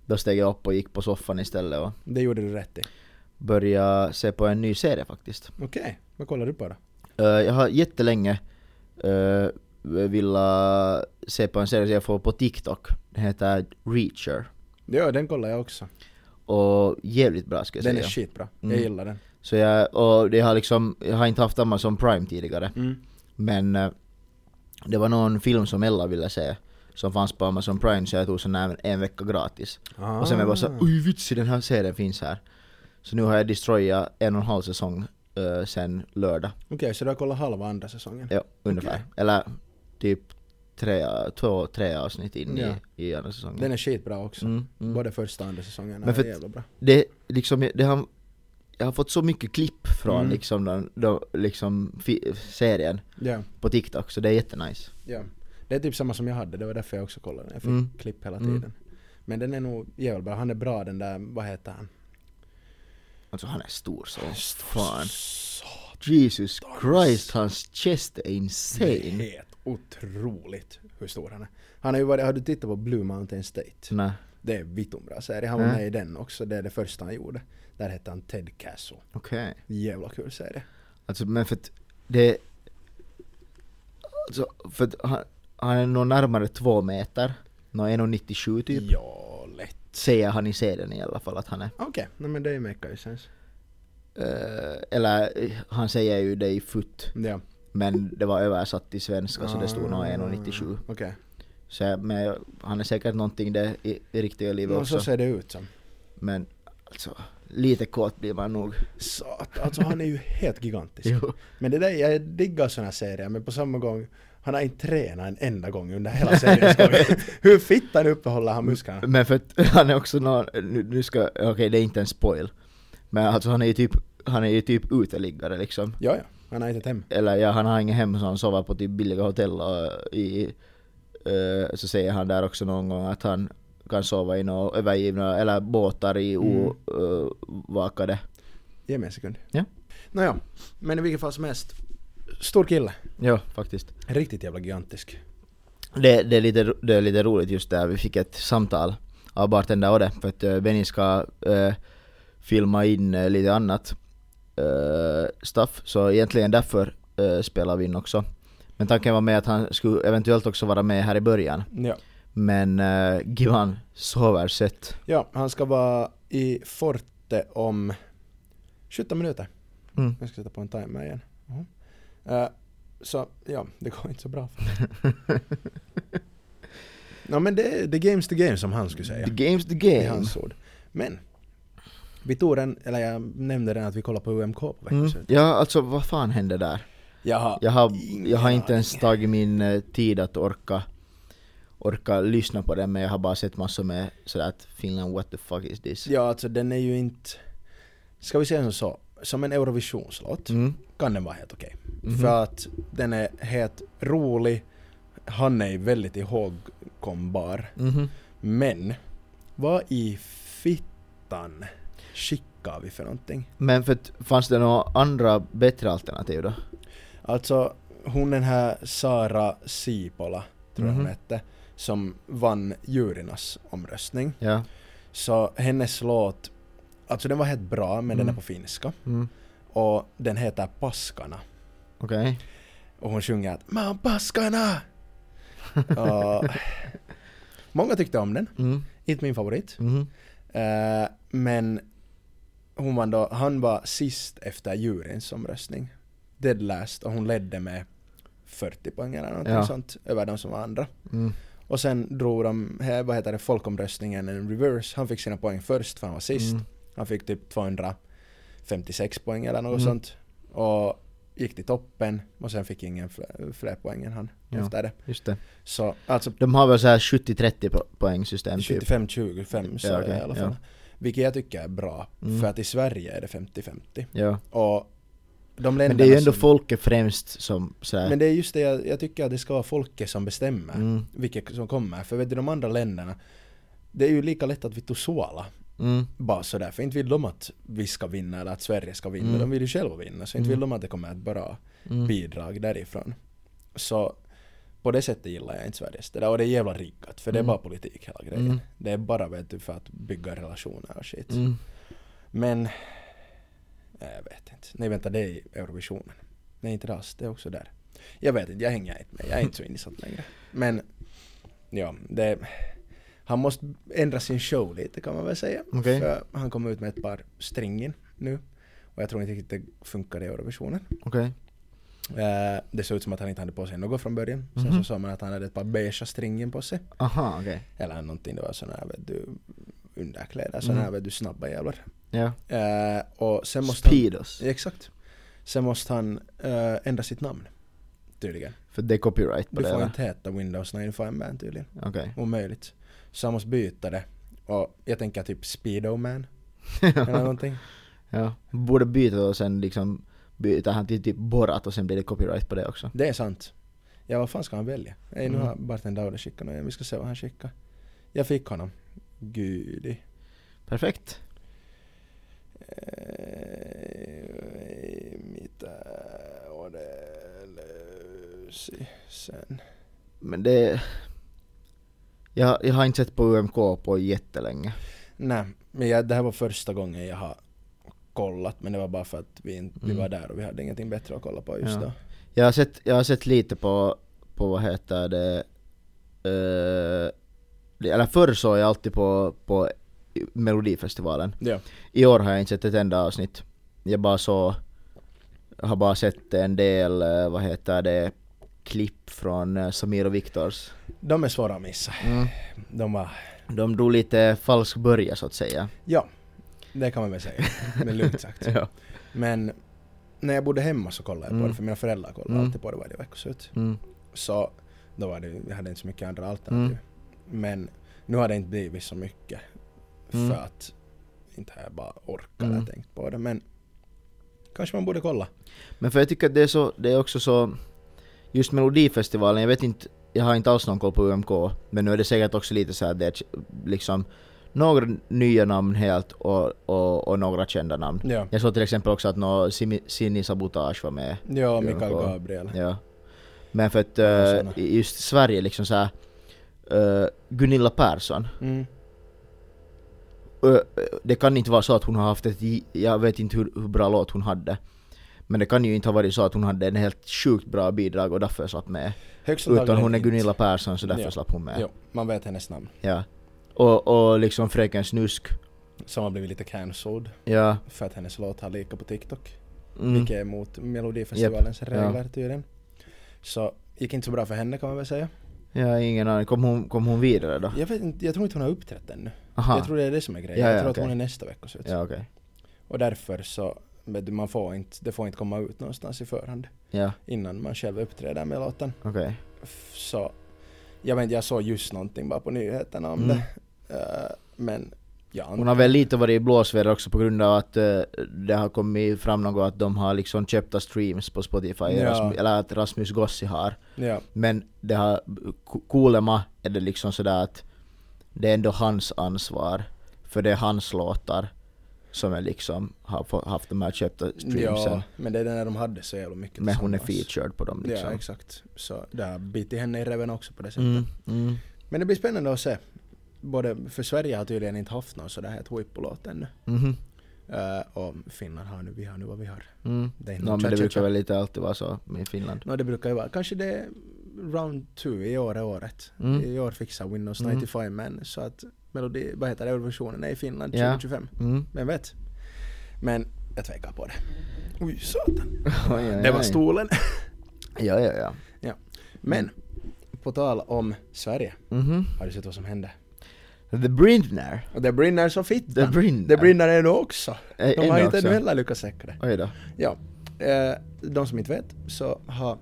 C: då steg jag upp och gick på soffan istället och
B: Det gjorde du rätt i.
C: började se på en ny serie faktiskt.
B: Okej, vad kollar du på då?
C: Eh, jag har jättelänge uh, velat se på en serie som jag får på TikTok. Den heter Reacher.
B: Ja, den kollar jag också.
C: Och jävligt bra ska jag
B: Den är
C: säga.
B: skitbra.
C: Mm.
B: Jag gillar den.
C: Så jag, och det har liksom, jag har inte haft Amazon Prime tidigare.
B: Mm.
C: Men eh, det var någon film som Ella ville se. Som fanns på Amazon Prime så jag tog sån här en vecka gratis. Och sen var jag bara så
B: Ah.
C: oj vitsi den här serien finns här. Så nu har jag destroyat en och en halv säsong eh, sen lördag.
B: Okej, så du har kollat halva andra säsongen?
C: Ja, ungefär. Eller typ tre, två, tre avsnitt in
B: Ja.
C: i, i andra säsongen.
B: Den är skitbra också.
C: Mm, mm.
B: Både första och andra säsongen
C: Men
B: är
C: för-
B: jävla bra.
C: Det, liksom, det har, jag har fått så mycket klipp från
B: Mm.
C: liksom, den, då- liksom fi, serien
B: Ja,
C: på TikTok, så det är jättenice.
B: ja. Det är typ samma som jag hade, det var därför jag också kollade den. Jag fick
C: Mm.
B: klipp hela
C: Mm.
B: tiden. Men den är nog jävligt bra. Han är bra den där, vad heter han?
C: Alltså han är stor så fan.
B: Fan.
C: Jesus Christ, hans chest är insane.
B: Helt otroligt hur stor han är. Han har ju varit, har du tittat på Blue Mountain State?
C: Nej,
B: Det är vittombra serie. Han var
C: Mm.
B: med i den också, det är det första han gjorde. Där hette han Ted Castle.
C: okej.
B: Jävla kul serie.
C: Alltså men för att det... Alltså för att han, han är nog närmare två meter. Nå 1,97 typ.
B: Ja, lätt.
C: Säger han i serien i alla fall att han är.
B: Okej, nej, men det make ju sense.
C: Eh, eller eh, han säger ju det i foot.
B: Ja.
C: Men det var översatt till svenska så alltså det stod
B: Ah.
C: nog 1,97.
B: Okej.
C: Så jag- men jag- han är säkert någonting det i, i riktiga livet
B: Och så
C: också.
B: ser det ut som.
C: Men alltså, lite kåt blir man nog.
B: Sat, alltså han är ju helt gigantisk.
C: <laughs> Jo.
B: Men det där, jag diggar såna här serier men på samma gång han har inte tränat en enda gång under hela seriens gång. Hur fittan uppehåller han musklerna?
C: Men för att <laughs> han är också någon, nu, nu ska, okej det är inte en spoil. Men alltså han är ju typ, han är ju typ uteliggare liksom.
B: Ja, ja. Han har inte ett hem.
C: Eller ja, han har inget hem så han sover på typ billiga hotell och i, eh, så säger han där också någon gång att han kan sova i några övergivna, eller båtar i eh,
B: Mm.
C: ovakade.
B: Ge mig en sekund.
C: Ja.
B: Nåja, men i vilket fall som helst. Stor kille.
C: Ja, faktiskt.
B: Riktigt jävla gigantisk.
C: Det, det, är lite, det är lite roligt just där, vi fick ett samtal av bartender Odde för att eh, Benny ska eh, filma in eh, lite annat eh, stuff, så egentligen därför eh, spelar vi in också. Men tanken var med att han skulle eventuellt också vara med här i början.
B: Ja.
C: Men eh, Givan sover sött.
B: ja, han ska vara i Forte om 17 minuter.
C: Mm.
B: Jag ska sätta på en timer igen. Mhm. Eh, så ja, det går inte så bra för mig. Ja men det är the game's the game som han skulle säga.
C: The game's the
B: I
C: game.
B: hans ord. Men, vi tog den, eller jag nämnde den att vi kollade på UMK på
C: Mm.
B: veckan. Mm.
C: Ja, alltså vad fan hände där?
B: Jaha.
C: Jag har, jag har
B: Ingen
C: inte ens tagit min eh, tid att orka, orka lyssna på den men jag har bara sett massor med sådär att Finland what the fuck is this?
B: Ja alltså den är ju inte... Ska vi säga som så? Som en Eurovisionslåt
C: Mm.
B: kan den vara helt okej.
C: Mhm.
B: För att den är helt rolig, han är väldigt ihågkombar.
C: Mhm.
B: Men, vad i fittan skickar vi för någonting?
C: Men för att, fanns det några andra bättre alternativ då?
B: Alltså hon den här Sara Sipola, tror jag hon
C: Mhm.
B: hette, som vann jurynas omröstning.
C: Ja.
B: Så hennes låt, alltså den var helt bra men den
C: Mm.
B: är på finska.
C: Mm.
B: Och den heter Paskana.
C: Okej.
B: Och hon sjunger att Man Paskana!
C: <laughs>
B: och, många tyckte om den,
C: Mm.
B: inte min favorit.
C: Mhm.
B: Eh, men hon vann då, han var sist efter juryns omröstning. Dead last och hon ledde med 40 poäng eller någonting
C: Ja.
B: sånt över de som var andra.
C: Mm.
B: Och sen drog de, här, vad heter det, folkomröstningen en reverse. Han fick sina poäng först för han var sist.
C: Mm.
B: Han fick typ 256 poäng eller något
C: Mm.
B: sånt. Och gick till toppen och sen fick ingen fler, fler poäng än han
C: Ja.
B: efter det.
C: Just det.
B: Så alltså
C: De har väl såhär 70-30 po- poängsystem typ?
B: 25-25 så
C: Ja, okej,
B: i alla fall. Vilket jag tycker är bra,
C: Mm.
B: för att i Sverige är det 50-50.
C: Ja.
B: Och De
C: Men det är ju
B: länderna
C: ändå
B: som-
C: folket främst som sådär...
B: Men det är just det jag, jag tycker att det ska vara folket som bestämmer
C: Mm.
B: vilket som kommer. För vet du, de andra länderna, det är ju lika lätt att vi tosuala
C: Mm.
B: bara sådär. För inte vill de att vi ska vinna eller att Sverige ska vinna.
C: Mm.
B: De vill ju själva vinna. Så inte
C: Mm.
B: vill de att det kommer ett bra
C: Mm.
B: bidrag därifrån. Så på det sättet gillar jag inte Sveriges det där. Och det är jävla riggat. För det är
C: Mm.
B: bara politik hela grejen.
C: Mm.
B: Det är bara vet du, för att bygga relationer och shit.
C: Mm.
B: Men... Nej, jag vet inte. Nej vänta, det är i Eurovisionen. Nej inte alls, det är också där. Jag vet inte, jag hänger inte med. Jag är inte så insatt längre. Men... Ja, det... Han måste ändra sin show lite kan man väl säga.
C: Okej.
B: För han kom ut med ett par stringin nu. Och jag tror inte riktigt det funkar i Eurovisionen.
C: Okej.
B: Eh, det såg ut som att han inte hade på sig något från början. Sen så
C: Mhm.
B: sa man att han hade ett par beigea stringin på sig.
C: Aha, okej.
B: Eller någonting, det var sådana här vet du, underkläder, sådana här
C: Mhm.
B: vet du, snabba jävlar.
C: Ja.
B: Eh, och sen måste han-
C: Speedos.
B: Exakt. Sen måste han eh, ändra sitt namn. Tydligen.
C: För det är copyright på
B: Du
C: det
B: får
C: va?
B: inte heta Windows 95 Man tydligen.
C: Okej.
B: Omöjligt. Så han måste byta det. Och jag tänker typ Speedo Man
C: <laughs>
B: eller någonting.
C: ja. Borde byta och sen liksom byta han till typ Borat och sen blir det copyright på det också.
B: Det är sant. Ja vad fan ska han välja? Ej, nu
C: Mm.
B: har Barten Daude skickat något. Vi ska se vad han skickar. Jag fick honom. Gudi.
C: Perfekt.
B: Eh, mitt eh, och det lösi sen.
C: Men det... Jag, jag har inte sett på UMK på jättelänge.
B: Nej, men jag, det här var första gången jag har kollat men det var bara för att vi, inte, vi
C: Mm.
B: var där och vi hade ingenting bättre att kolla på just
C: Ja.
B: då.
C: Jag har sett, jag har sett lite på, på vad heter det... eh, det- eller förr såg jag alltid på, på Melodifestivalen.
B: Ja.
C: I år har jag inte sett ett enda avsnitt. Jag bara så har bara sett en del, eh, vad heter det, klipp från eh, Samir och Viktors.
B: De är svåra att missa. De var,
C: De drog lite falsk börja så att säga.
B: ja, det kan man väl säga. Men lugnt sagt.
C: <laughs> Ja.
B: Men när jag bodde hemma så kollade jag på
C: Mm.
B: det för mina föräldrar kollade
C: Mm.
B: alltid på det varje veckoslut.
C: Mm.
B: Så då var det, jag hade inte så mycket andra alternativ. Men nu har det inte blivit så mycket
C: Mm.
B: för att inte har jag bara orkar
C: Mm.
B: eller tänkt på det men kanske man borde kolla.
C: Men för jag tycker att det är så, det är också så, just Melodifestivalen, jag vet inte, jag har inte alls någon koll på UMK, men nu är det säkert också lite så här, det är k- liksom några nya namn helt och, och, och några kända namn.
B: Ja,
C: Jag såg till exempel också att nå Simi- Sini Sabotage var med.
B: ja Mikael
C: kolla.
B: Gabriel.
C: Ja. Men för att
B: Ja,
C: eh,
B: såna.
C: i just Sverige liksom så här, eh, Gunilla Persson,
B: Mm.
C: Ö, ö, det kan inte vara så att hon har haft ett, j- jag vet inte hur, hur bra låt hon hade. Men det kan ju inte ha varit så att hon hade en helt sjukt bra bidrag och därför slapp med.
B: Högst
C: Utan
B: antagligen
C: hon är
B: inte.
C: Gunilla Persson så därför
B: Ja.
C: slapp hon med.
B: Jo, man vet hennes namn.
C: Ja. Och, och liksom Fröken Snusk.
B: Som har blivit lite cancelled
C: Ja.
B: för att hennes låt har lika på TikTok.
C: Mm.
B: Vilket är emot Melodifestivalens regler tydligen. Så gick inte så bra för henne kan man väl säga.
C: Jag har ingen aning. Kom hon, kom hon vidare då?
B: Jag, vet inte, jag tror inte hon har uppträtt ännu.
C: Aha.
B: Jag tror det är det som är grejen.
C: Ja, ja,
B: jag tror
C: okej.
B: att hon är nästa veckoslut.
C: Ja okej.
B: Och därför så, vet du, man får inte, det får inte komma ut någonstans i förhand
C: Ja
B: innan man själv uppträder med låten.
C: okej.
B: F- Så, jag vet inte, jag såg just någonting bara på nyheterna om
C: Mm.
B: det. Eh, men jag antar...
C: Hon har väl lite varit i blåsväder också på grund av att eh, det har kommit fram något att de har liksom köpta streams på Spotify.
B: Ja.
C: Rasmus, eller att Rasmus Gossi har.
B: Ja,
C: Men det har, Ko- Kolema är det liksom sådär att det är ändå hans ansvar. För det är hans låtar som är liksom har få- haft de här köpta streamsen.
B: ja, men det är den där de hade så jävla mycket
C: men hon är
B: tillsammans.
C: featured på dem
B: Ja,
C: liksom.
B: exakt. Så det har bitit henne i reven också på det sättet.
C: mm, mm.
B: Men det blir spännande att se. Både, för Sverige har tydligen inte haft någon sådär här whippo-låt ännu.
C: mhm,
B: Eh, och finnar har nu, vi har nu vad vi har.
C: mm.
B: Det är inte
C: Nå,
B: någon
C: men det
B: cha-cha-cha.
C: brukar väl lite alltid vara så med Finland.
B: Nå, det brukar ju vara, kanske det är round 2 i år är året.
C: Mm.
B: I år fixar Windows
C: Mm.
B: 95 men så att melodi, vad heter det, Eurovisionen är i Finland
C: Ja.
B: 2025.
C: Mm.
B: Vem vet? Men jag tvekar på det. Oj satan.
C: <laughs> <laughs> Oj, oj,
B: Det var
C: oj.
B: stolen. <laughs>
C: Ja, ja, ja.
B: Men, på tal om Sverige,
C: Mhm.
B: har du sett vad som hände?
C: The Brindner.
B: Och det brinner som
C: The
B: fittan.
C: Brindner.
B: Det brinner ännu också.
C: Ä-
B: De har
C: ännu
B: inte
C: också.
B: ännu heller lyckats säkra det.
C: Oj då.
B: Ja. Eh, de som inte vet så har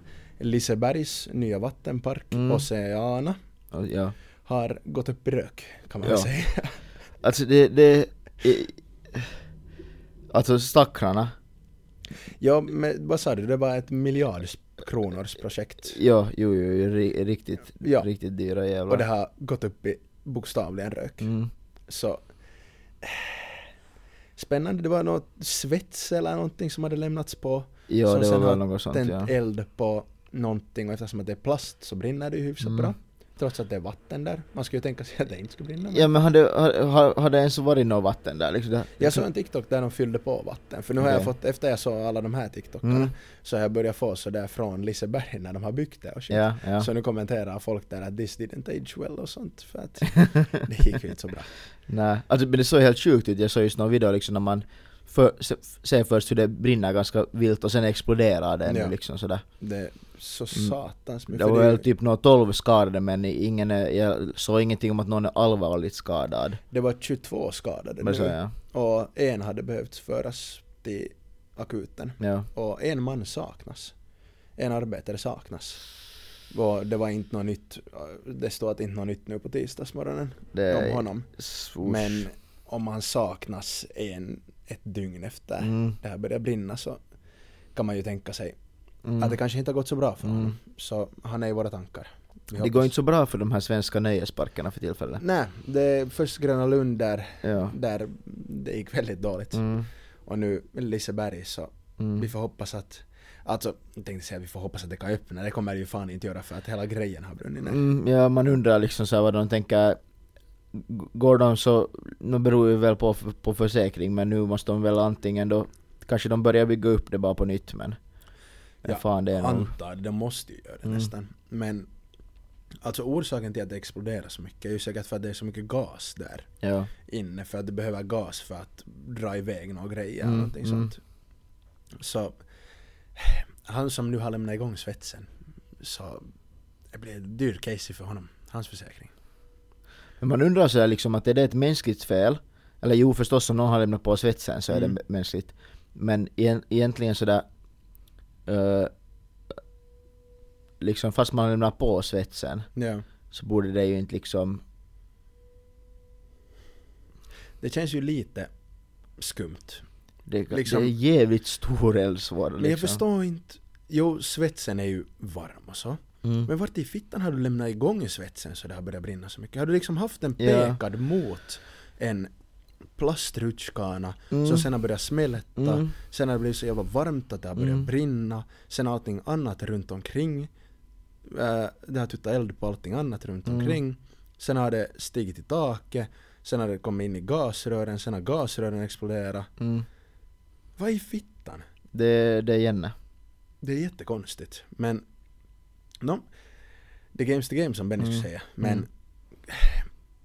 B: Lisebergs nya vattenpark,
C: Mm.
B: Oceana,
C: Oj, Ja.
B: har gått upp i rök kan man
C: Ja.
B: väl säga. <laughs>
C: Alltså det, det... eh, Alltså stackarna.
B: Ja, men vad sa du, det var ett miljardkronors projekt.
C: Ja, jo, jo, jo ri- riktigt,
B: Ja.
C: riktigt dyra jävlar.
B: Och det har gått upp i bokstavligen rök.
C: mm.
B: Så... <sighs> Spännande, det var något svets eller någonting som hade lämnats på.
C: Ja,
B: som
C: det var
B: sen
C: väl
B: har
C: något sånt
B: tänt
C: ja.
B: eld på någonting och eftersom att det är plast så brinner det ju hyfsat
C: Mm.
B: bra. Trots att det är vatten där. Man skulle ju tänka sig att det inte skulle brinna.
C: Ja men hade, hade, hade ens varit något vatten där liksom? Det,
B: Jag såg en TikTok där de fyllde på vatten, för nu har jag
C: Okej.
B: fått, efter jag såg alla de här TikTokarna,
C: Mm.
B: så har jag börjat få sådär från Liseberg när de har byggt det och shit.
C: Ja, ja.
B: Så nu kommenterar folk där att this didn't age well och sånt, för
C: <laughs>
B: att det gick ju inte så bra.
C: Nej, alltså, men det såg helt sjukt ut. Jag såg just någon video liksom när man för, se, ser först hur det brinner ganska vilt och sen exploderar det
B: Ja.
C: ja. liksom sådär.
B: Det är så
C: Mm.
B: satans
C: Det
B: mycket. för
C: var
B: det är
C: väl
B: ju-
C: typ några 12 skadade men ingen är, jag såg ingenting om att någon är allvarligt skadad.
B: Det var 22 skadade
C: Men så
B: nu
C: ja.
B: och en hade behövt föras till akuten
C: ja.
B: och en man saknas. En arbetare saknas. Och det var inte något nytt, det står att inte något nytt nu på tisdagsmorgonen
C: Det
B: om
C: är...
B: honom.
C: Swoosh.
B: Men om han saknas en, ett dygn efter
C: Mm.
B: det här börjar brinna så kan man ju tänka sig
C: Mm.
B: att det kanske inte har gått så bra för
C: Mm.
B: honom. Så han är i våra tankar. Vi
C: Det
B: hoppas-
C: går inte så bra för de här svenska nöjesparkerna för tillfället.
B: Nej, det är först Gröna Lund där,
C: Ja.
B: där det gick väldigt dåligt.
C: Mm.
B: Och nu Liseberg så
C: Mm.
B: vi får hoppas att Alltså, jag tänkte säga vi får hoppas att det kan öppna, det kommer det ju fan inte göra för att hela grejen har brunnit ner.
C: Mm, ja, man undrar liksom så här vad de tänker. G- Går de så, nu beror ju väl på, på försäkring men nu måste de väl antingen då, kanske de börjar bygga upp det bara på nytt men. Men
B: Ja,
C: fan det är nog.
B: Antar det, de måste ju göra det
C: Mm.
B: nästan. Men Alltså orsaken till att det exploderar så mycket är ju säkert för att det är så mycket gas där
C: Ja.
B: inne för att det behöver gas för att dra iväg några grejer
C: Mm,
B: eller någonting
C: mm.
B: sånt. Så han som nu har lämnat igång svetsen så det blir ett dyr case för honom, hans försäkring.
C: Men man undrar så här liksom att är det ett mänskligt fel? Eller jo förstås om någon har lämnat på svetsen så är
B: Mm.
C: det mänskligt. Men egen- egentligen sådär uh, Liksom fast man lämnar på svetsen
B: Ja.
C: så borde det ju inte liksom
B: Det känns ju lite skumt.
C: Det,
B: Liksom-
C: det är jävligt stor eldsvåda liksom.
B: Men jag förstår inte. Jo, svetsen är ju varm och så.
C: Mm.
B: Men vart i fittan har du lämnat igång svetsen så det har börjat brinna så mycket? Har du liksom haft den
C: Ja.
B: pekad mot en plastrutschkana
C: Mm.
B: som sen har börjat smälta,
C: Mm.
B: sen har det blivit så jävla varmt att det har börjat
C: Mm.
B: brinna, sen har allting annat runt omkring, eh, det har tuttat eld på allting annat runt
C: Mm.
B: omkring, sen har det stigit i taket, sen har det kommit in i gasrören, sen har gasrören exploderat.
C: Mm.
B: Vad i fittan?
C: Det, det är Jenne.
B: Det är jättekonstigt, men... No, the game's the game som Benny skulle säga, men...
C: Mm.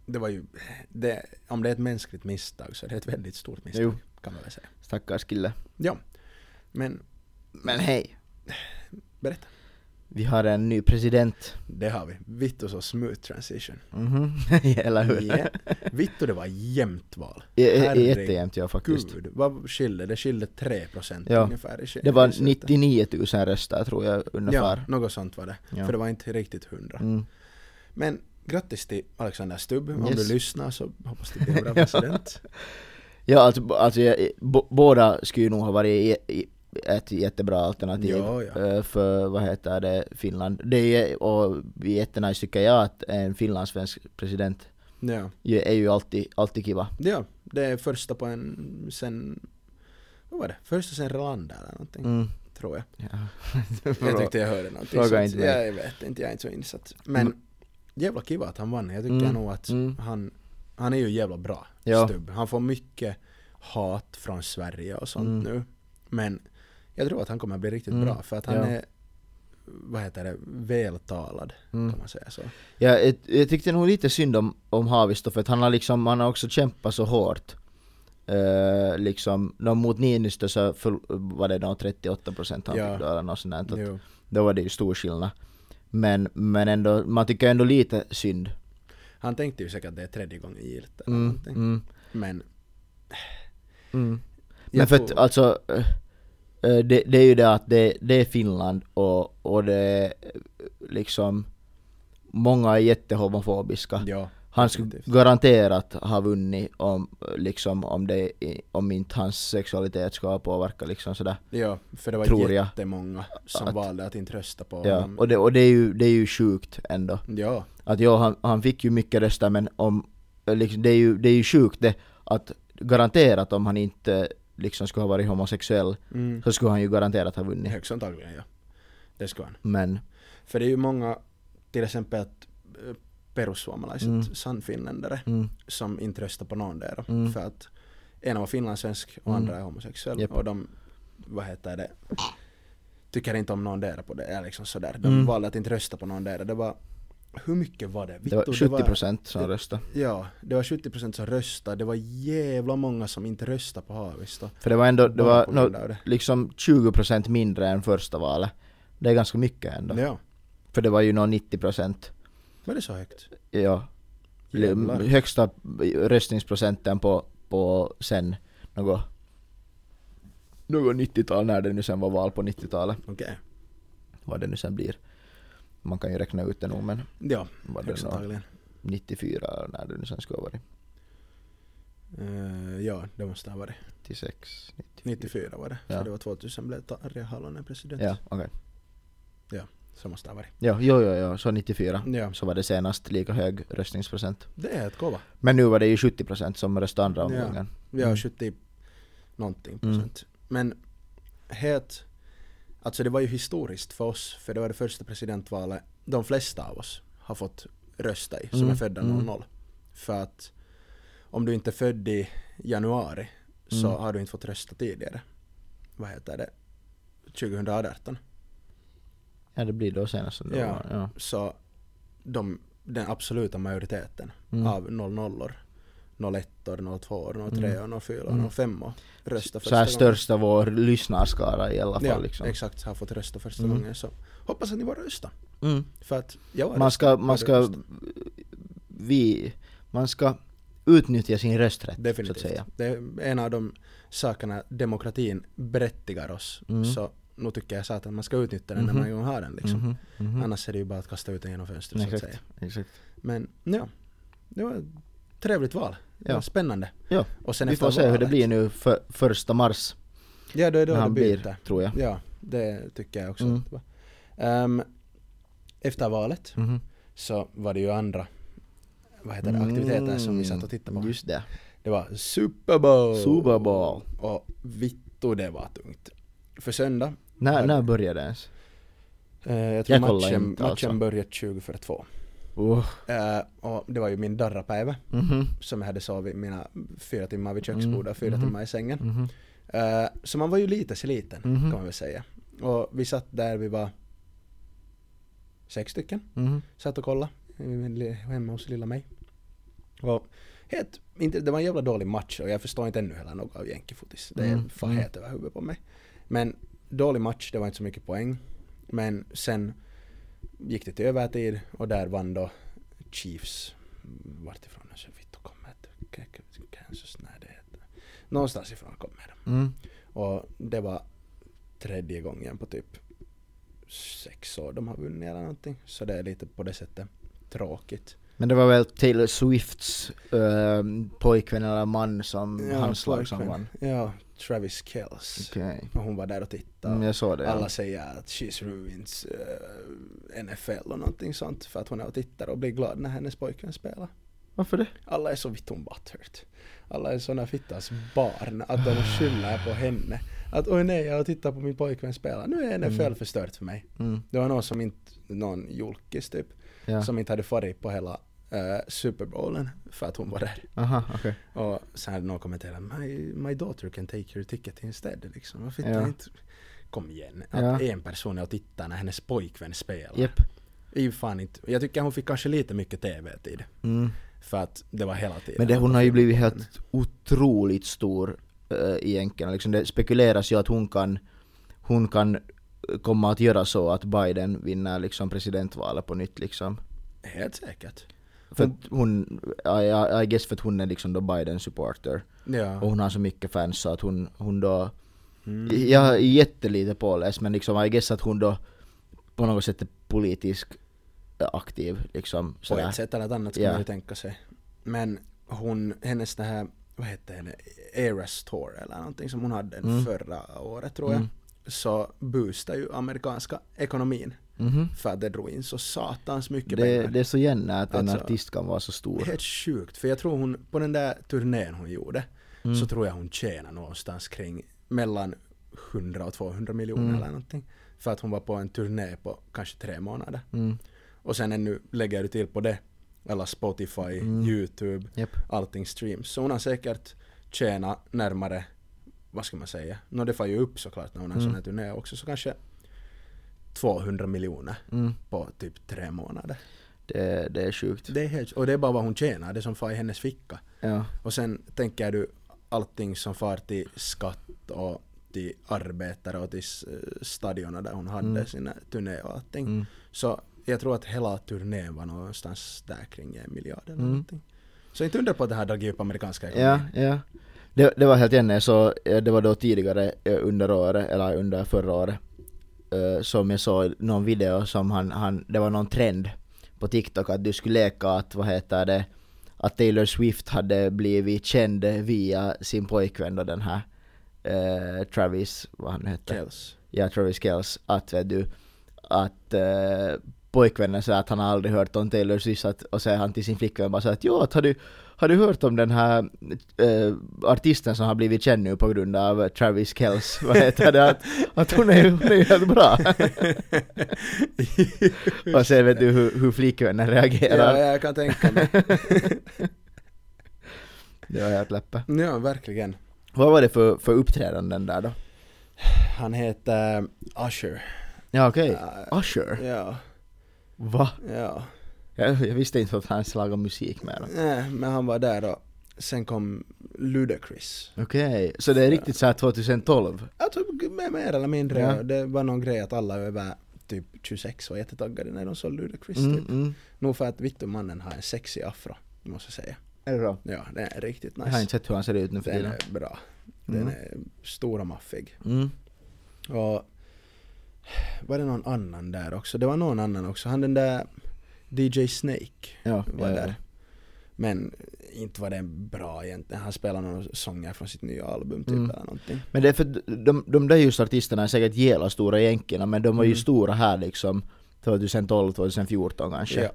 B: Det var ju... Det, om det är ett mänskligt misstag så är det ett väldigt stort misstag,
C: Jo.
B: kan man väl säga.
C: Stackars kille.
B: Ja. Men,
C: Men hej!
B: berätta.
C: Vi har en ny president.
B: Det har vi. Vittu så smooth transition.
C: Mhm, <laughs> eller hur?
B: Ja. Vittu, det var jämnt val.
C: Yeah.
B: Herregud.
C: Jättejämnt ja faktiskt.
B: Gud, vad skilde? Det skilde 3%
C: Ja.
B: ungefär i
C: Det var
B: i slutet.
C: 99 000 röster tror jag
B: Ja,
C: ungefär.
B: något sånt var det.
C: Ja.
B: För det var inte riktigt 100.
C: Mm.
B: Men grattis till Alexander Stubb, om
C: Yes.
B: du lyssnar så hoppas du blir en bra
C: <laughs>
B: president.
C: Ja alltså, b- alltså jag, b- båda skulle ju nog ha varit i, i, ett jättebra alternativ
B: Ja, ja.
C: eh, för vad heter det, Finland. Det är ju- och jättenice tycker jag att en finlandssvensk president
B: ja.
C: ju- är ju alltid, alltid kiva.
B: ja, det är första på en sen... Vad var det? Första sen Relander eller någonting,
C: Mm.
B: tror jag.
C: Ja. <laughs>
B: Jag tyckte jag hörde någonting.
C: Fråga
B: så att-
C: inte mig.
B: jag vet inte, jag är inte så insatt. Men
C: Mm.
B: jävla kiva att han vann. Jag tycker
C: Mm.
B: nog att
C: Mm.
B: han, han är ju jävla bra,
C: Ja.
B: Stubb. Han får mycket hat från Sverige och sånt
C: Mm.
B: nu. Men jag tror att han kommer att bli riktigt
C: Mm.
B: bra för att han
C: Ja.
B: är, vad heter det, vältalad
C: Mm.
B: kan man säga så.
C: Ja, jag, jag tyckte nog lite synd om, om Haavisto för att han har liksom, han har också kämpat så hårt. Eh, liksom, nå, mot Niinistö så för, var det nog 38% han
B: Ja.
C: fick då eller något sånt där. Att
B: Jo.
C: Då var det ju stor skillnad. Men, men ändå, man tycker ändå lite synd.
B: Han tänkte ju säkert att det är tredje gången gillt eller
C: Mm,
B: någonting.
C: mm,
B: Men
C: mm. Men
B: jag
C: för att
B: tror-
C: alltså, eh, eh, det, det är ju det att det, det är Finland och, och det är eh, liksom Många är jättehomofobiska.
B: ja,
C: han skulle
B: Definitivt.
C: garanterat ha vunnit om, liksom, om, det, om inte hans sexualitet skulle påverka liksom sådär.
B: Ja, för det var
C: Tror jag.
B: jättemånga som
C: Att-
B: valde att inte rösta på
C: Ja.
B: honom.
C: Och, det, och det, är ju, det är ju sjukt ändå.
B: Ja,
C: Att ja, han, han fick ju mycket röster men om, liksom, det, är ju, det är ju sjukt det att garanterat om han inte liksom skulle ha varit homosexuell
B: mm.
C: så skulle han ju garanterat ha vunnit.
B: högst antagligen ja. Det skulle han.
C: Men
B: För det är ju många, till exempel att eh, perussuomalaiset,
C: Mm.
B: sannfinländare,
C: mm,
B: som inte röstar på någon där.
C: Mm.
B: För att ena var finlandssvensk och
C: Mm.
B: andra är homosexuell.
C: Japp.
B: Och de, vad heter det, tycker inte om någon där på det. Eller liksom sådär. De
C: Mm.
B: valde att inte rösta på någon där. Det var, hur mycket var det?
C: det var
B: Vittu,
C: 70% som röstade.
B: Ja, det var 70% som röstade. Det var jävla många som inte röstade på Haavisto.
C: För det var ändå, det
B: Bara
C: var
B: på grund
C: nå-
B: av det.
C: liksom 20% mindre än första valet. Det är ganska mycket ändå.
B: Ja,
C: För det var ju någon 90%
B: var det så högt?
C: ja,
B: Jävlar.
C: högsta röstningsprocenten på, på sen något något 90-tal när det nu sen var val på 90-talet.
B: Okej.
C: Vad det nu sen blir. Man kan ju räkna ut det nog men
B: Ja,
C: var det
B: högst
C: nog
B: antagligen.
C: 94 eller när det nu sen skulle ha varit?
B: Eh, ja, det måste ha varit.
C: 96, 94.
B: 94 var det.
C: Ja.
B: För det var 2000 blev Tarja Halonen president.
C: Ja, okej.
B: Så måste det ha varit.
C: Ja, jo, jo, jo, så 94.
B: Ja,
C: Så var det senast lika hög röstningsprocent.
B: det är ett kova.
C: Men nu var det ju 70% som röstade andra
B: Ja.
C: omgången.
B: Vi har
C: Mm.
B: 70 någonting
C: Mm.
B: procent. Men helt, alltså det var ju historiskt för oss, för det var det första presidentvalet de flesta av oss har fått rösta i, som
C: Mm,
B: är födda
C: mm.
B: 00. För att om du inte är född i januari så
C: Mm.
B: har du inte fått rösta tidigare. Vad heter det? 2018.
C: Ja, det blir då senast som det
B: Ja.
C: var. Ja.
B: Så de, den absoluta majoriteten
C: Mm.
B: av 00 01 02 03 04
C: Mm.
B: 05 rösta
C: så här största vår lyssnarskara i alla fall
B: Ja,
C: liksom.
B: exakt. Har fått rösta första
C: Mm.
B: gången. Så hoppas att ni var rösta.
C: Mm.
B: För att jag var
C: Man ska,
B: Har
C: man
B: du
C: ska,
B: röstat?
C: vi, man ska utnyttja sin rösträtt
B: definitivt.
C: så att säga.
B: Det är en av de sakerna demokratin berättigar oss.
C: Mm.
B: Så nu tycker jag så att man ska utnyttja den när
C: Mhm.
B: man en gång har den liksom.
C: Mhm, mhm.
B: Annars är det ju bara att kasta ut den genom fönstret så att
C: Exakt,
B: säga.
C: exakt.
B: Men ja, det var ett trevligt val. Det
C: Ja.
B: var spännande.
C: Ja,
B: Och sen
C: vi
B: efter
C: får se hur det
B: valet-
C: blir nu för, första mars,
B: Ja, det är då
C: när
B: det
C: han
B: byter.
C: blir, tror jag.
B: Ja, det tycker jag också.
C: Mm.
B: att det var. Ehm, efter valet
C: Mhm.
B: så var det ju andra vad heter det, aktiviteter som vi satt och tittade på.
C: Mm. Just det.
B: Det var Super Bowl!
C: Super Bowl.
B: Och vittu det var tungt. För söndag,
C: När,
B: Hörde.
C: när började det ens?
B: eh, jag tror
C: Jag kollar
B: matchen,
C: inte
B: matchen
C: alltså.
B: började 20 för två.
C: Oh.
B: Eh, och det var ju min darrapäivä
C: Mhm,
B: som jag hade sovit mina fyra timmar vid köksbordet och fyra
C: Mhm.
B: timmar i sängen.
C: mhm.
B: Eh, så man var ju lite sliten
C: Mhm.
B: kan man väl säga. Och vi satt där, vi var sex stycken.
C: Mhm.
B: Satt och kollade eh, hemma hos lilla mig. Och helt, inte, det var en jävla dålig match och jag förstår inte ännu heller något av jänkefotis. Det är
C: Mm,
B: fan
C: mm.
B: helt över huvudet på mig. Men dålig match, det var inte så mycket poäng. Men sen gick det till övertid och där vann då Chiefs. Vart ifrån så vitt och kommer det? K- Kansas? Nej det heter Någonstans ifrån kommer de.
C: Mm.
B: Och det var tredje gången på typ sex år de har vunnit eller någonting. Så det är lite på det sättet tråkigt.
C: Men det var väl Taylor Swifts eh, pojkvän eller man som
B: Ja,
C: hans lag som
B: pojkvän.
C: vann?
B: Ja, Travis Kells.
C: Okej.
B: Och hon var där och tittade.
C: Mm, jag såg det ja.
B: Alla säger att she's ruins eh, NFL och någonting sånt för att hon är och tittar och blir glad när hennes pojkvän spelar.
C: Varför det?
B: Alla är så vitt hon butthurt. Alla är såna fittas barn att de
C: Ah.
B: skyller på henne. Att oj nej, jag tittar på min pojkvän spela. Nu är NFL
C: Mm.
B: förstört för mig.
C: Mm.
B: Det var någon som inte, någon julkis typ,
C: Ja.
B: som inte hade farit på hela eh, Super Bowlen för att hon var där.
C: Aha, okej.
B: Och sen hade någon kommenterat my, my daughter can take your ticket instead liksom. Varför
C: Ja.
B: inte? Kom igen. Att
C: Ja.
B: en person är och tittar när hennes pojkvän spelar.
C: Japp.
B: Det är ju fan inte. Jag tycker hon fick kanske lite mycket tv-tid.
C: Mm.
B: För att det var hela tiden.
C: Men det, hon har ju blivit helt otroligt stor eh, i jänkarna. Liksom det spekuleras ju att hon kan, hon kan eh, komma att göra så att Biden vinner liksom presidentvalet på nytt liksom.
B: Helt säkert.
C: För att hon, I, I- I guess för att hon är liksom då Biden supporter. Och
B: Ja.
C: hon har så mycket fans så att hon, hon då
B: Mm.
C: Jag är jättelite påläst men liksom I guess att hon då på något sätt är politisk aktiv liksom.
B: På
C: Sådär.
B: ett sätt eller ett annat kan
C: Ja.
B: man ju tänka sig. Men hon, hennes det här, vad hette henne, Eras Tour eller någonting som hon hade
C: Mm.
B: förra året tror jag.
C: Mm.
B: Så boostade ju amerikanska ekonomin
C: Mhm.
B: för att det drog in så satans mycket
C: Det,
B: pengar.
C: det är så gärna att en
B: Alltså-
C: artist kan vara så stor.
B: Helt sjukt, för jag tror hon, på den där turnén hon gjorde,
C: Mm.
B: så tror jag hon tjänar någonstans kring mellan 100 och 200 miljoner
C: Mm.
B: eller någonting. För att hon var på en turné på kanske tre månader.
C: Mm.
B: Och sen ännu lägger du till på det, alla Spotify,
C: Mm.
B: YouTube,
C: Japp.
B: allting streams. Så hon har säkert tjänat närmare, vad ska man säga, nå det får ju upp såklart när hon har en
C: Mm.
B: sån här turné också, så kanske 200 miljoner
C: Mm.
B: på typ tre månader.
C: Det, det är sjukt.
B: Det är helt, och det är bara vad hon tjänar, det som far i hennes ficka.
C: Ja.
B: Och sen tänker du allting som far till skatt och till arbetare och till eh, stadionerna där hon hade
C: Mm.
B: sina turnéer och allting.
C: Mm.
B: Så jag tror att hela turnén var någonstans där kring en miljard eller
C: Mm.
B: någonting. Så inte undra på att det här drog upp amerikanska
C: Ja,
B: ekonomin.
C: ja. Det, det var helt enkelt så, eh, det var då tidigare eh, under året, eller under förra året, eh, som jag såg någon video som han, han, det var någon trend på TikTok att du skulle leka att, vad heter det, att Taylor Swift hade blivit känd via sin pojkvän då den här eh, Travis, vad han hette?
B: Kells.
C: Ja, Travis Kells, att vet du, att eh, pojkvännen säger att han har aldrig hört om Taylor Swift att, och säger han till sin flickvän bara så att ja, att har du, har du hört om den här eh, artisten som har blivit känd nu på grund av Travis Kells, <laughs> <laughs> vad heter det, att, att hon är ju hon är ju helt bra. och sen vet du hur, hur
B: <laughs>
C: flickvännen
B: Ja,
C: reagerar.
B: jag kan tänka
C: <laughs>
B: mig.
C: Det var helt läppe.
B: ja, verkligen.
C: Vad var det för, för uppträdanden där då?
B: Han heter Usher. Eh,
C: Ja okej.
B: Ja,
C: Usher?
B: ja,
C: Va?
B: ja.
C: Jag, jag visste inte att han slagade musik med dem.
B: Nej, Eh, men han var där då. Sen kom Ludacris.
C: Okej, så det är riktigt så här 2012?
B: Jag tror typ mer, mer eller mindre.
C: Ja.
B: Det var någon grej att alla över typ 26 var jättetaggade när de såg Ludacris.
C: Mm,
B: Typ.
C: mm.
B: Nog för att Vittu mannen har en sexig afro, måste jag säga.
C: Är det bra?
B: Ja, den är riktigt
C: Jag har
B: nice.
C: inte sett hur han ser ut nu för
B: Den
C: tiden.
B: är bra. Den
C: Mm.
B: är stor och maffig.
C: Mm.
B: Och var det någon annan där också? Det var någon annan också. Han den där DJ Snake
C: Ja,
B: var
C: ja, ja.
B: där. Men inte var den bra egentligen. Han spelar några sånger från sitt nya album typ
C: Mm.
B: eller någonting.
C: Men det är för de, de där just artisterna är säkert jävla stora i jänkorna men de var ju
B: Mm.
C: stora här liksom 2012, 2014 kanske.
B: Ja.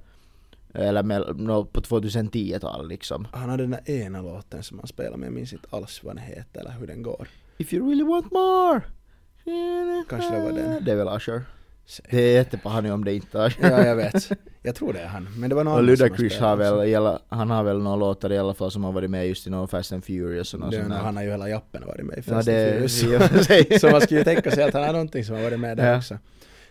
C: Eller mell- nå, på 2010-tal liksom.
B: Han hade den där ena låten som han spelar med, jag minns inte alls vad den heter eller hur den går.
C: If you really want more!
B: Kanske det var den.
C: Det är väl Usher.
B: Så-
C: Det är jättepaha nu om det inte är Usher.
B: Ja, jag vet. Jag tror det är han. Men det var någon
C: Och
B: annan som
C: Ludacris
B: spelar
C: har väl,
B: också.
C: i alla- han har väl några låtar i alla fall som har varit med just i någon Fast and Furious och någon
B: Det är
C: sån
B: nog-
C: där.
B: han har ju hela jappen varit med i
C: <laughs> Ja,
B: Fast and
C: det,
B: Furious.
C: i och för sig.
B: <laughs> Så man skulle ju tänka sig att han har någonting som har varit med där
C: Ja.
B: också.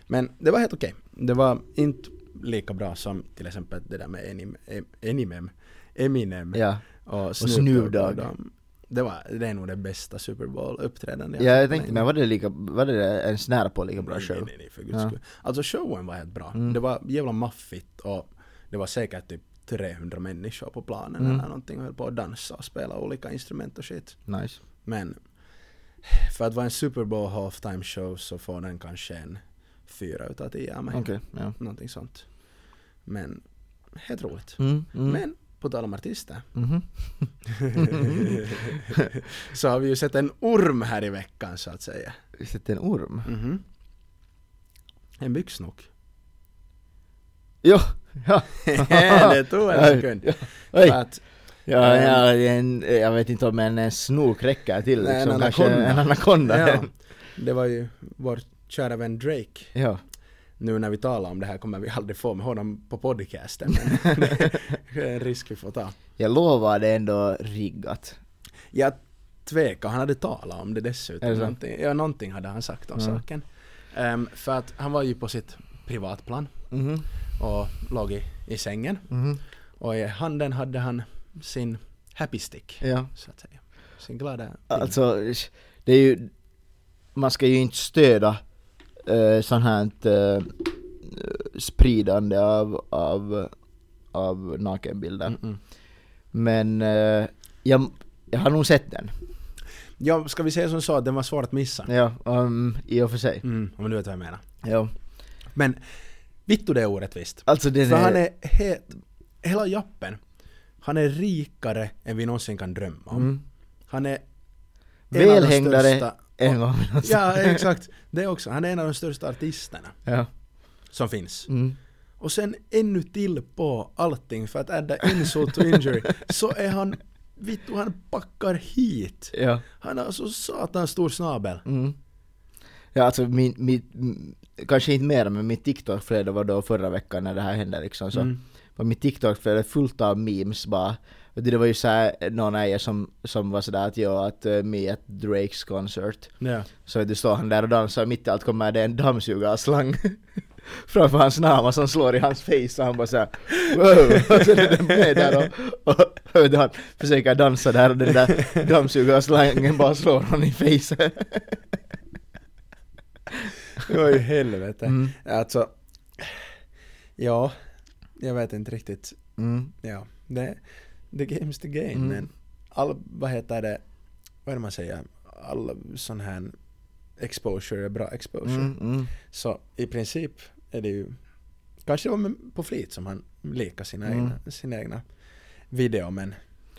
B: Men det var helt okej. Det var inte lika bra som till exempel det där med Enim, Em- Eminem, Eminem
C: Ja.
B: och
C: Snoop
B: Snoop Dogg.
C: Dogg.
B: De- Det, var, det är nog det bästa Super Bowl-uppträdande
C: Ja, jag tänkte men var det lika, var det ens nära på lika bra
B: Nej,
C: show?
B: Nej, nej, nej, för guds
C: Ja.
B: skull. Alltså showen var helt bra.
C: Mm.
B: Det var jävla maffigt och det var säkert typ 300 människor på planen
C: Mm.
B: eller någonting och höll på att dansa och spela olika instrument och shit.
C: Nice.
B: Men för att vara en Super Bowl halftime show så får den kanske en fyra utav tio av mig.
C: Okej, ja.
B: Någonting sånt. Men helt roligt.
C: Mm, mm,
B: Men på tal om artister
C: mhm.
B: Mm. så har vi ju sett en orm här i veckan så att säga.
C: Vi sätter en orm.
B: Mhm. En byxnock.
C: Jo! Ja!
B: <laughs> det tog en sekund.
C: Oj!
B: För att
C: Ja, ja, det är en, jag vet inte om en eh, snok räcker till
B: Nej, en
C: liksom, kanske
B: anakonda.
C: en anakonda.
B: Ja, det var ju vår kära vän Drake.
C: ja.
B: Nu när vi talar om det här kommer vi aldrig få med honom på podcasten. <laughs> Men det är en risk vi får ta.
C: Jag lovar det är ändå riggat.
B: Jag tvekar, han hade talat om det dessutom.
C: Är det så?
B: någonting, ja, någonting hade han sagt om
C: Mm.
B: saken. Ehm, för att han var ju på sitt privatplan
C: Mhm.
B: och låg i, i sängen.
C: Mhm.
B: Och i handen hade han sin happy stick.
C: Ja.
B: Så att säga. Sin glada ping.
C: Alltså, det är ju... Man ska ju inte stödja eh, sånt här eh, spridande av, av, av nakenbilder.
B: Mm-mm.
C: Men eh, jag, jag har nog sett den.
B: Ja, ska vi säga som så att den var svår att missa?
C: Ja, um, i och för sig.
B: Mm, om du vet vad jag menar.
C: Ja.
B: Men Vittu det är orättvist.
C: Alltså den
B: För han
C: är...
B: är helt, hela jappen, han är rikare än vi någonsin kan drömma om.
C: Mm.
B: Han är en av de
C: Välhängdare
B: största-
C: en gång.
B: Ja, exakt. Det också. Han är en av de största artisterna
C: ja.
B: som finns.
C: Mm.
B: Och sen ännu till på allting för att adda insult to <laughs> injury, så är han, vittu han packar hit.
C: Ja.
B: Han har så satans stor snabel.
C: Mm. Ja, alltså min, min, mm, kanske inte mer men mitt TikTok-flöde var då förra veckan när det här hände liksom så.
B: Mm.
C: Var mitt TikTok-flöde fullt av memes bara. Och det var ju såhär någon äger som, som var sådär att ja, att uh, me at Drakes concert.
B: Ja.
C: Så vet du står han där och dansar och mitt i allt kommer det en dammsugarslang <laughs> framför hans nama som slår i hans face och han bara såhär wow! <laughs> Och så är den med där och, och, och, vet du, han försöker dansa där och den där dammsugarslangen bara slår honom i face.
B: Oj helvete.
C: Mm.
B: Alltså, ja, jag vet inte riktigt.
C: <laughs> Mm.
B: Ja, det, the game's the game.
C: Mm.
B: Men all, vad heter det, vad är det man säger, all sån här exposure är bra exposure.
C: Mm, mm.
B: Så i princip är det ju, kanske det var med- på flit som han lekar sina,
C: Mm.
B: egna, sina egna video men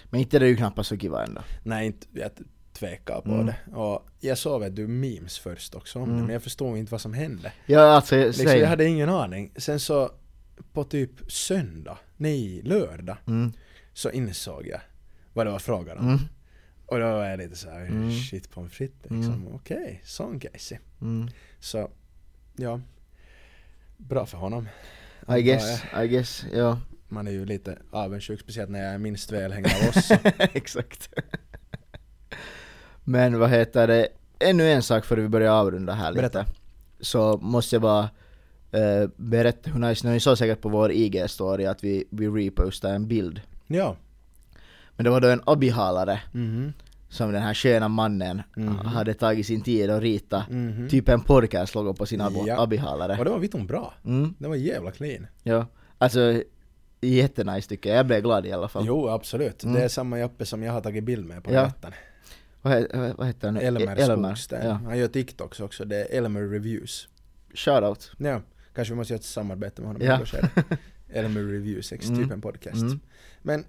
C: Men inte är det ju knappast så kiva ändå.
B: nej, inte, jag tvekar på
C: Mm.
B: det. Och jag såg att du memes först också om det,
C: Mm.
B: men jag förstod inte vad som hände.
C: Ja alltså, jag
B: Liksom, jag
C: säger...
B: hade ingen aning. Sen så på typ söndag, nej lördag,
C: Mm.
B: så insåg jag vad det var frågan om.
C: Mm.
B: Och då var jag lite såhär,
C: Mm.
B: shit pommes frites liksom. Okej, sån case.
C: Mm.
B: Så, ja. Bra för honom.
C: I guess, I guess, ja.
B: Man är ju lite avundsjuk, speciellt när jag är minst välhängd av oss.
C: <laughs> Exakt. Men vad heter det, ännu en sak före vi börjar avrunda här lite.
B: Berätta.
C: Så måste jag bara eh, berätta hur nice, nu såg säkert på vår IG-story att vi, vi repostade en bild.
B: ja.
C: Men det var då en abihalare
B: Mhm.
C: som den här sköna mannen
B: Mhm.
C: hade tagit sin tid att rita
B: Mhm.
C: typ en porrkast logo på sin abo-
B: Ja. Och
C: abihalare.
B: det var vitton bra.
C: Mm,
B: Det var jävla clean.
C: ja. Alltså, jättenice tycker jag. Jag blev glad i alla fall.
B: Jo, absolut.
C: Mm.
B: Det är samma Jappe som jag har tagit bild med på
C: Ja.
B: nätterna.
C: Vad, he, vad- vad heter han nu?
B: Elmer, Skogsten.
C: Ja.
B: Han gör TikToks också, det är Elmer Reviews.
C: Shoutout.
B: Ja, kanske vi måste göra ett samarbete med honom
C: Ja.
B: i något skede.
C: <laughs>
B: Elmer Reviews, ex typ
C: Mm.
B: en podcast.
C: Mm.
B: Men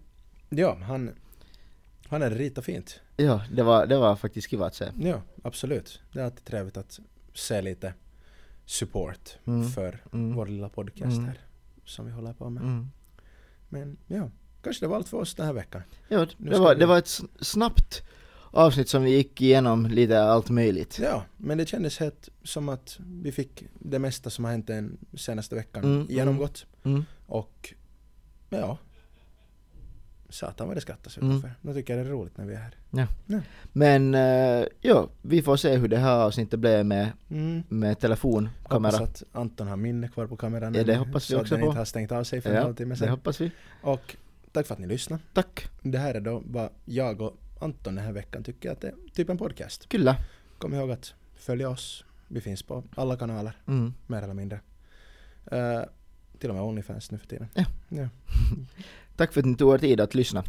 B: ja, han, han är ritat fint.
C: Ja, det var, det var faktiskt kul att se.
B: Ja, absolut. Det är alltid trevligt att se lite support
C: Mm.
B: för
C: Mm.
B: vår lilla podcast
C: Mm.
B: här. Som vi håller på med.
C: Mm.
B: Men ja, kanske det var allt för oss den här veckan.
C: Ja,
B: Nu
C: det,
B: ska
C: var,
B: vi-
C: det var ett s- snabbt avsnitt som vi gick igenom lite allt möjligt.
B: Ja, men det kändes helt som att vi fick det mesta som har hänt den senaste veckan
C: Mm,
B: genomgått.
C: Mm.
B: Och ja, satan vad det skrattas
C: Mm.
B: utanför. Nu tycker jag det är roligt när vi är här.
C: Men eh, ja, vi får se hur det här avsnittet blev med, med telefon,
B: Hoppas
C: kamera.
B: Mm. att Anton har minne kvar på kameran.
C: Ja, det
B: ännu,
C: hoppas vi
B: så
C: också
B: att den
C: på.
B: inte har stängt av sig för en
C: Ja,
B: halvtimme
C: det
B: sedan.
C: hoppas vi.
B: Och tack för att ni lyssnade.
C: Tack.
B: Det här är då vad jag och Anton den här veckan tycker att det är typ en podcast.
C: Kulla.
B: Kom ihåg att följa oss. Vi finns på alla kanaler,
C: Mm.
B: mer eller mindre. Eh, till och med Onlyfans nu för tiden.
C: Tack för att ni tog er tid att lyssna.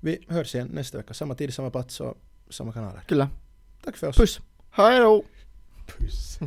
B: Vi hörs igen nästa vecka, samma tid, samma plats och samma kanaler.
C: Kulla.
B: Tack för oss.
C: Puss. <laughs> Hej då.
B: Puss.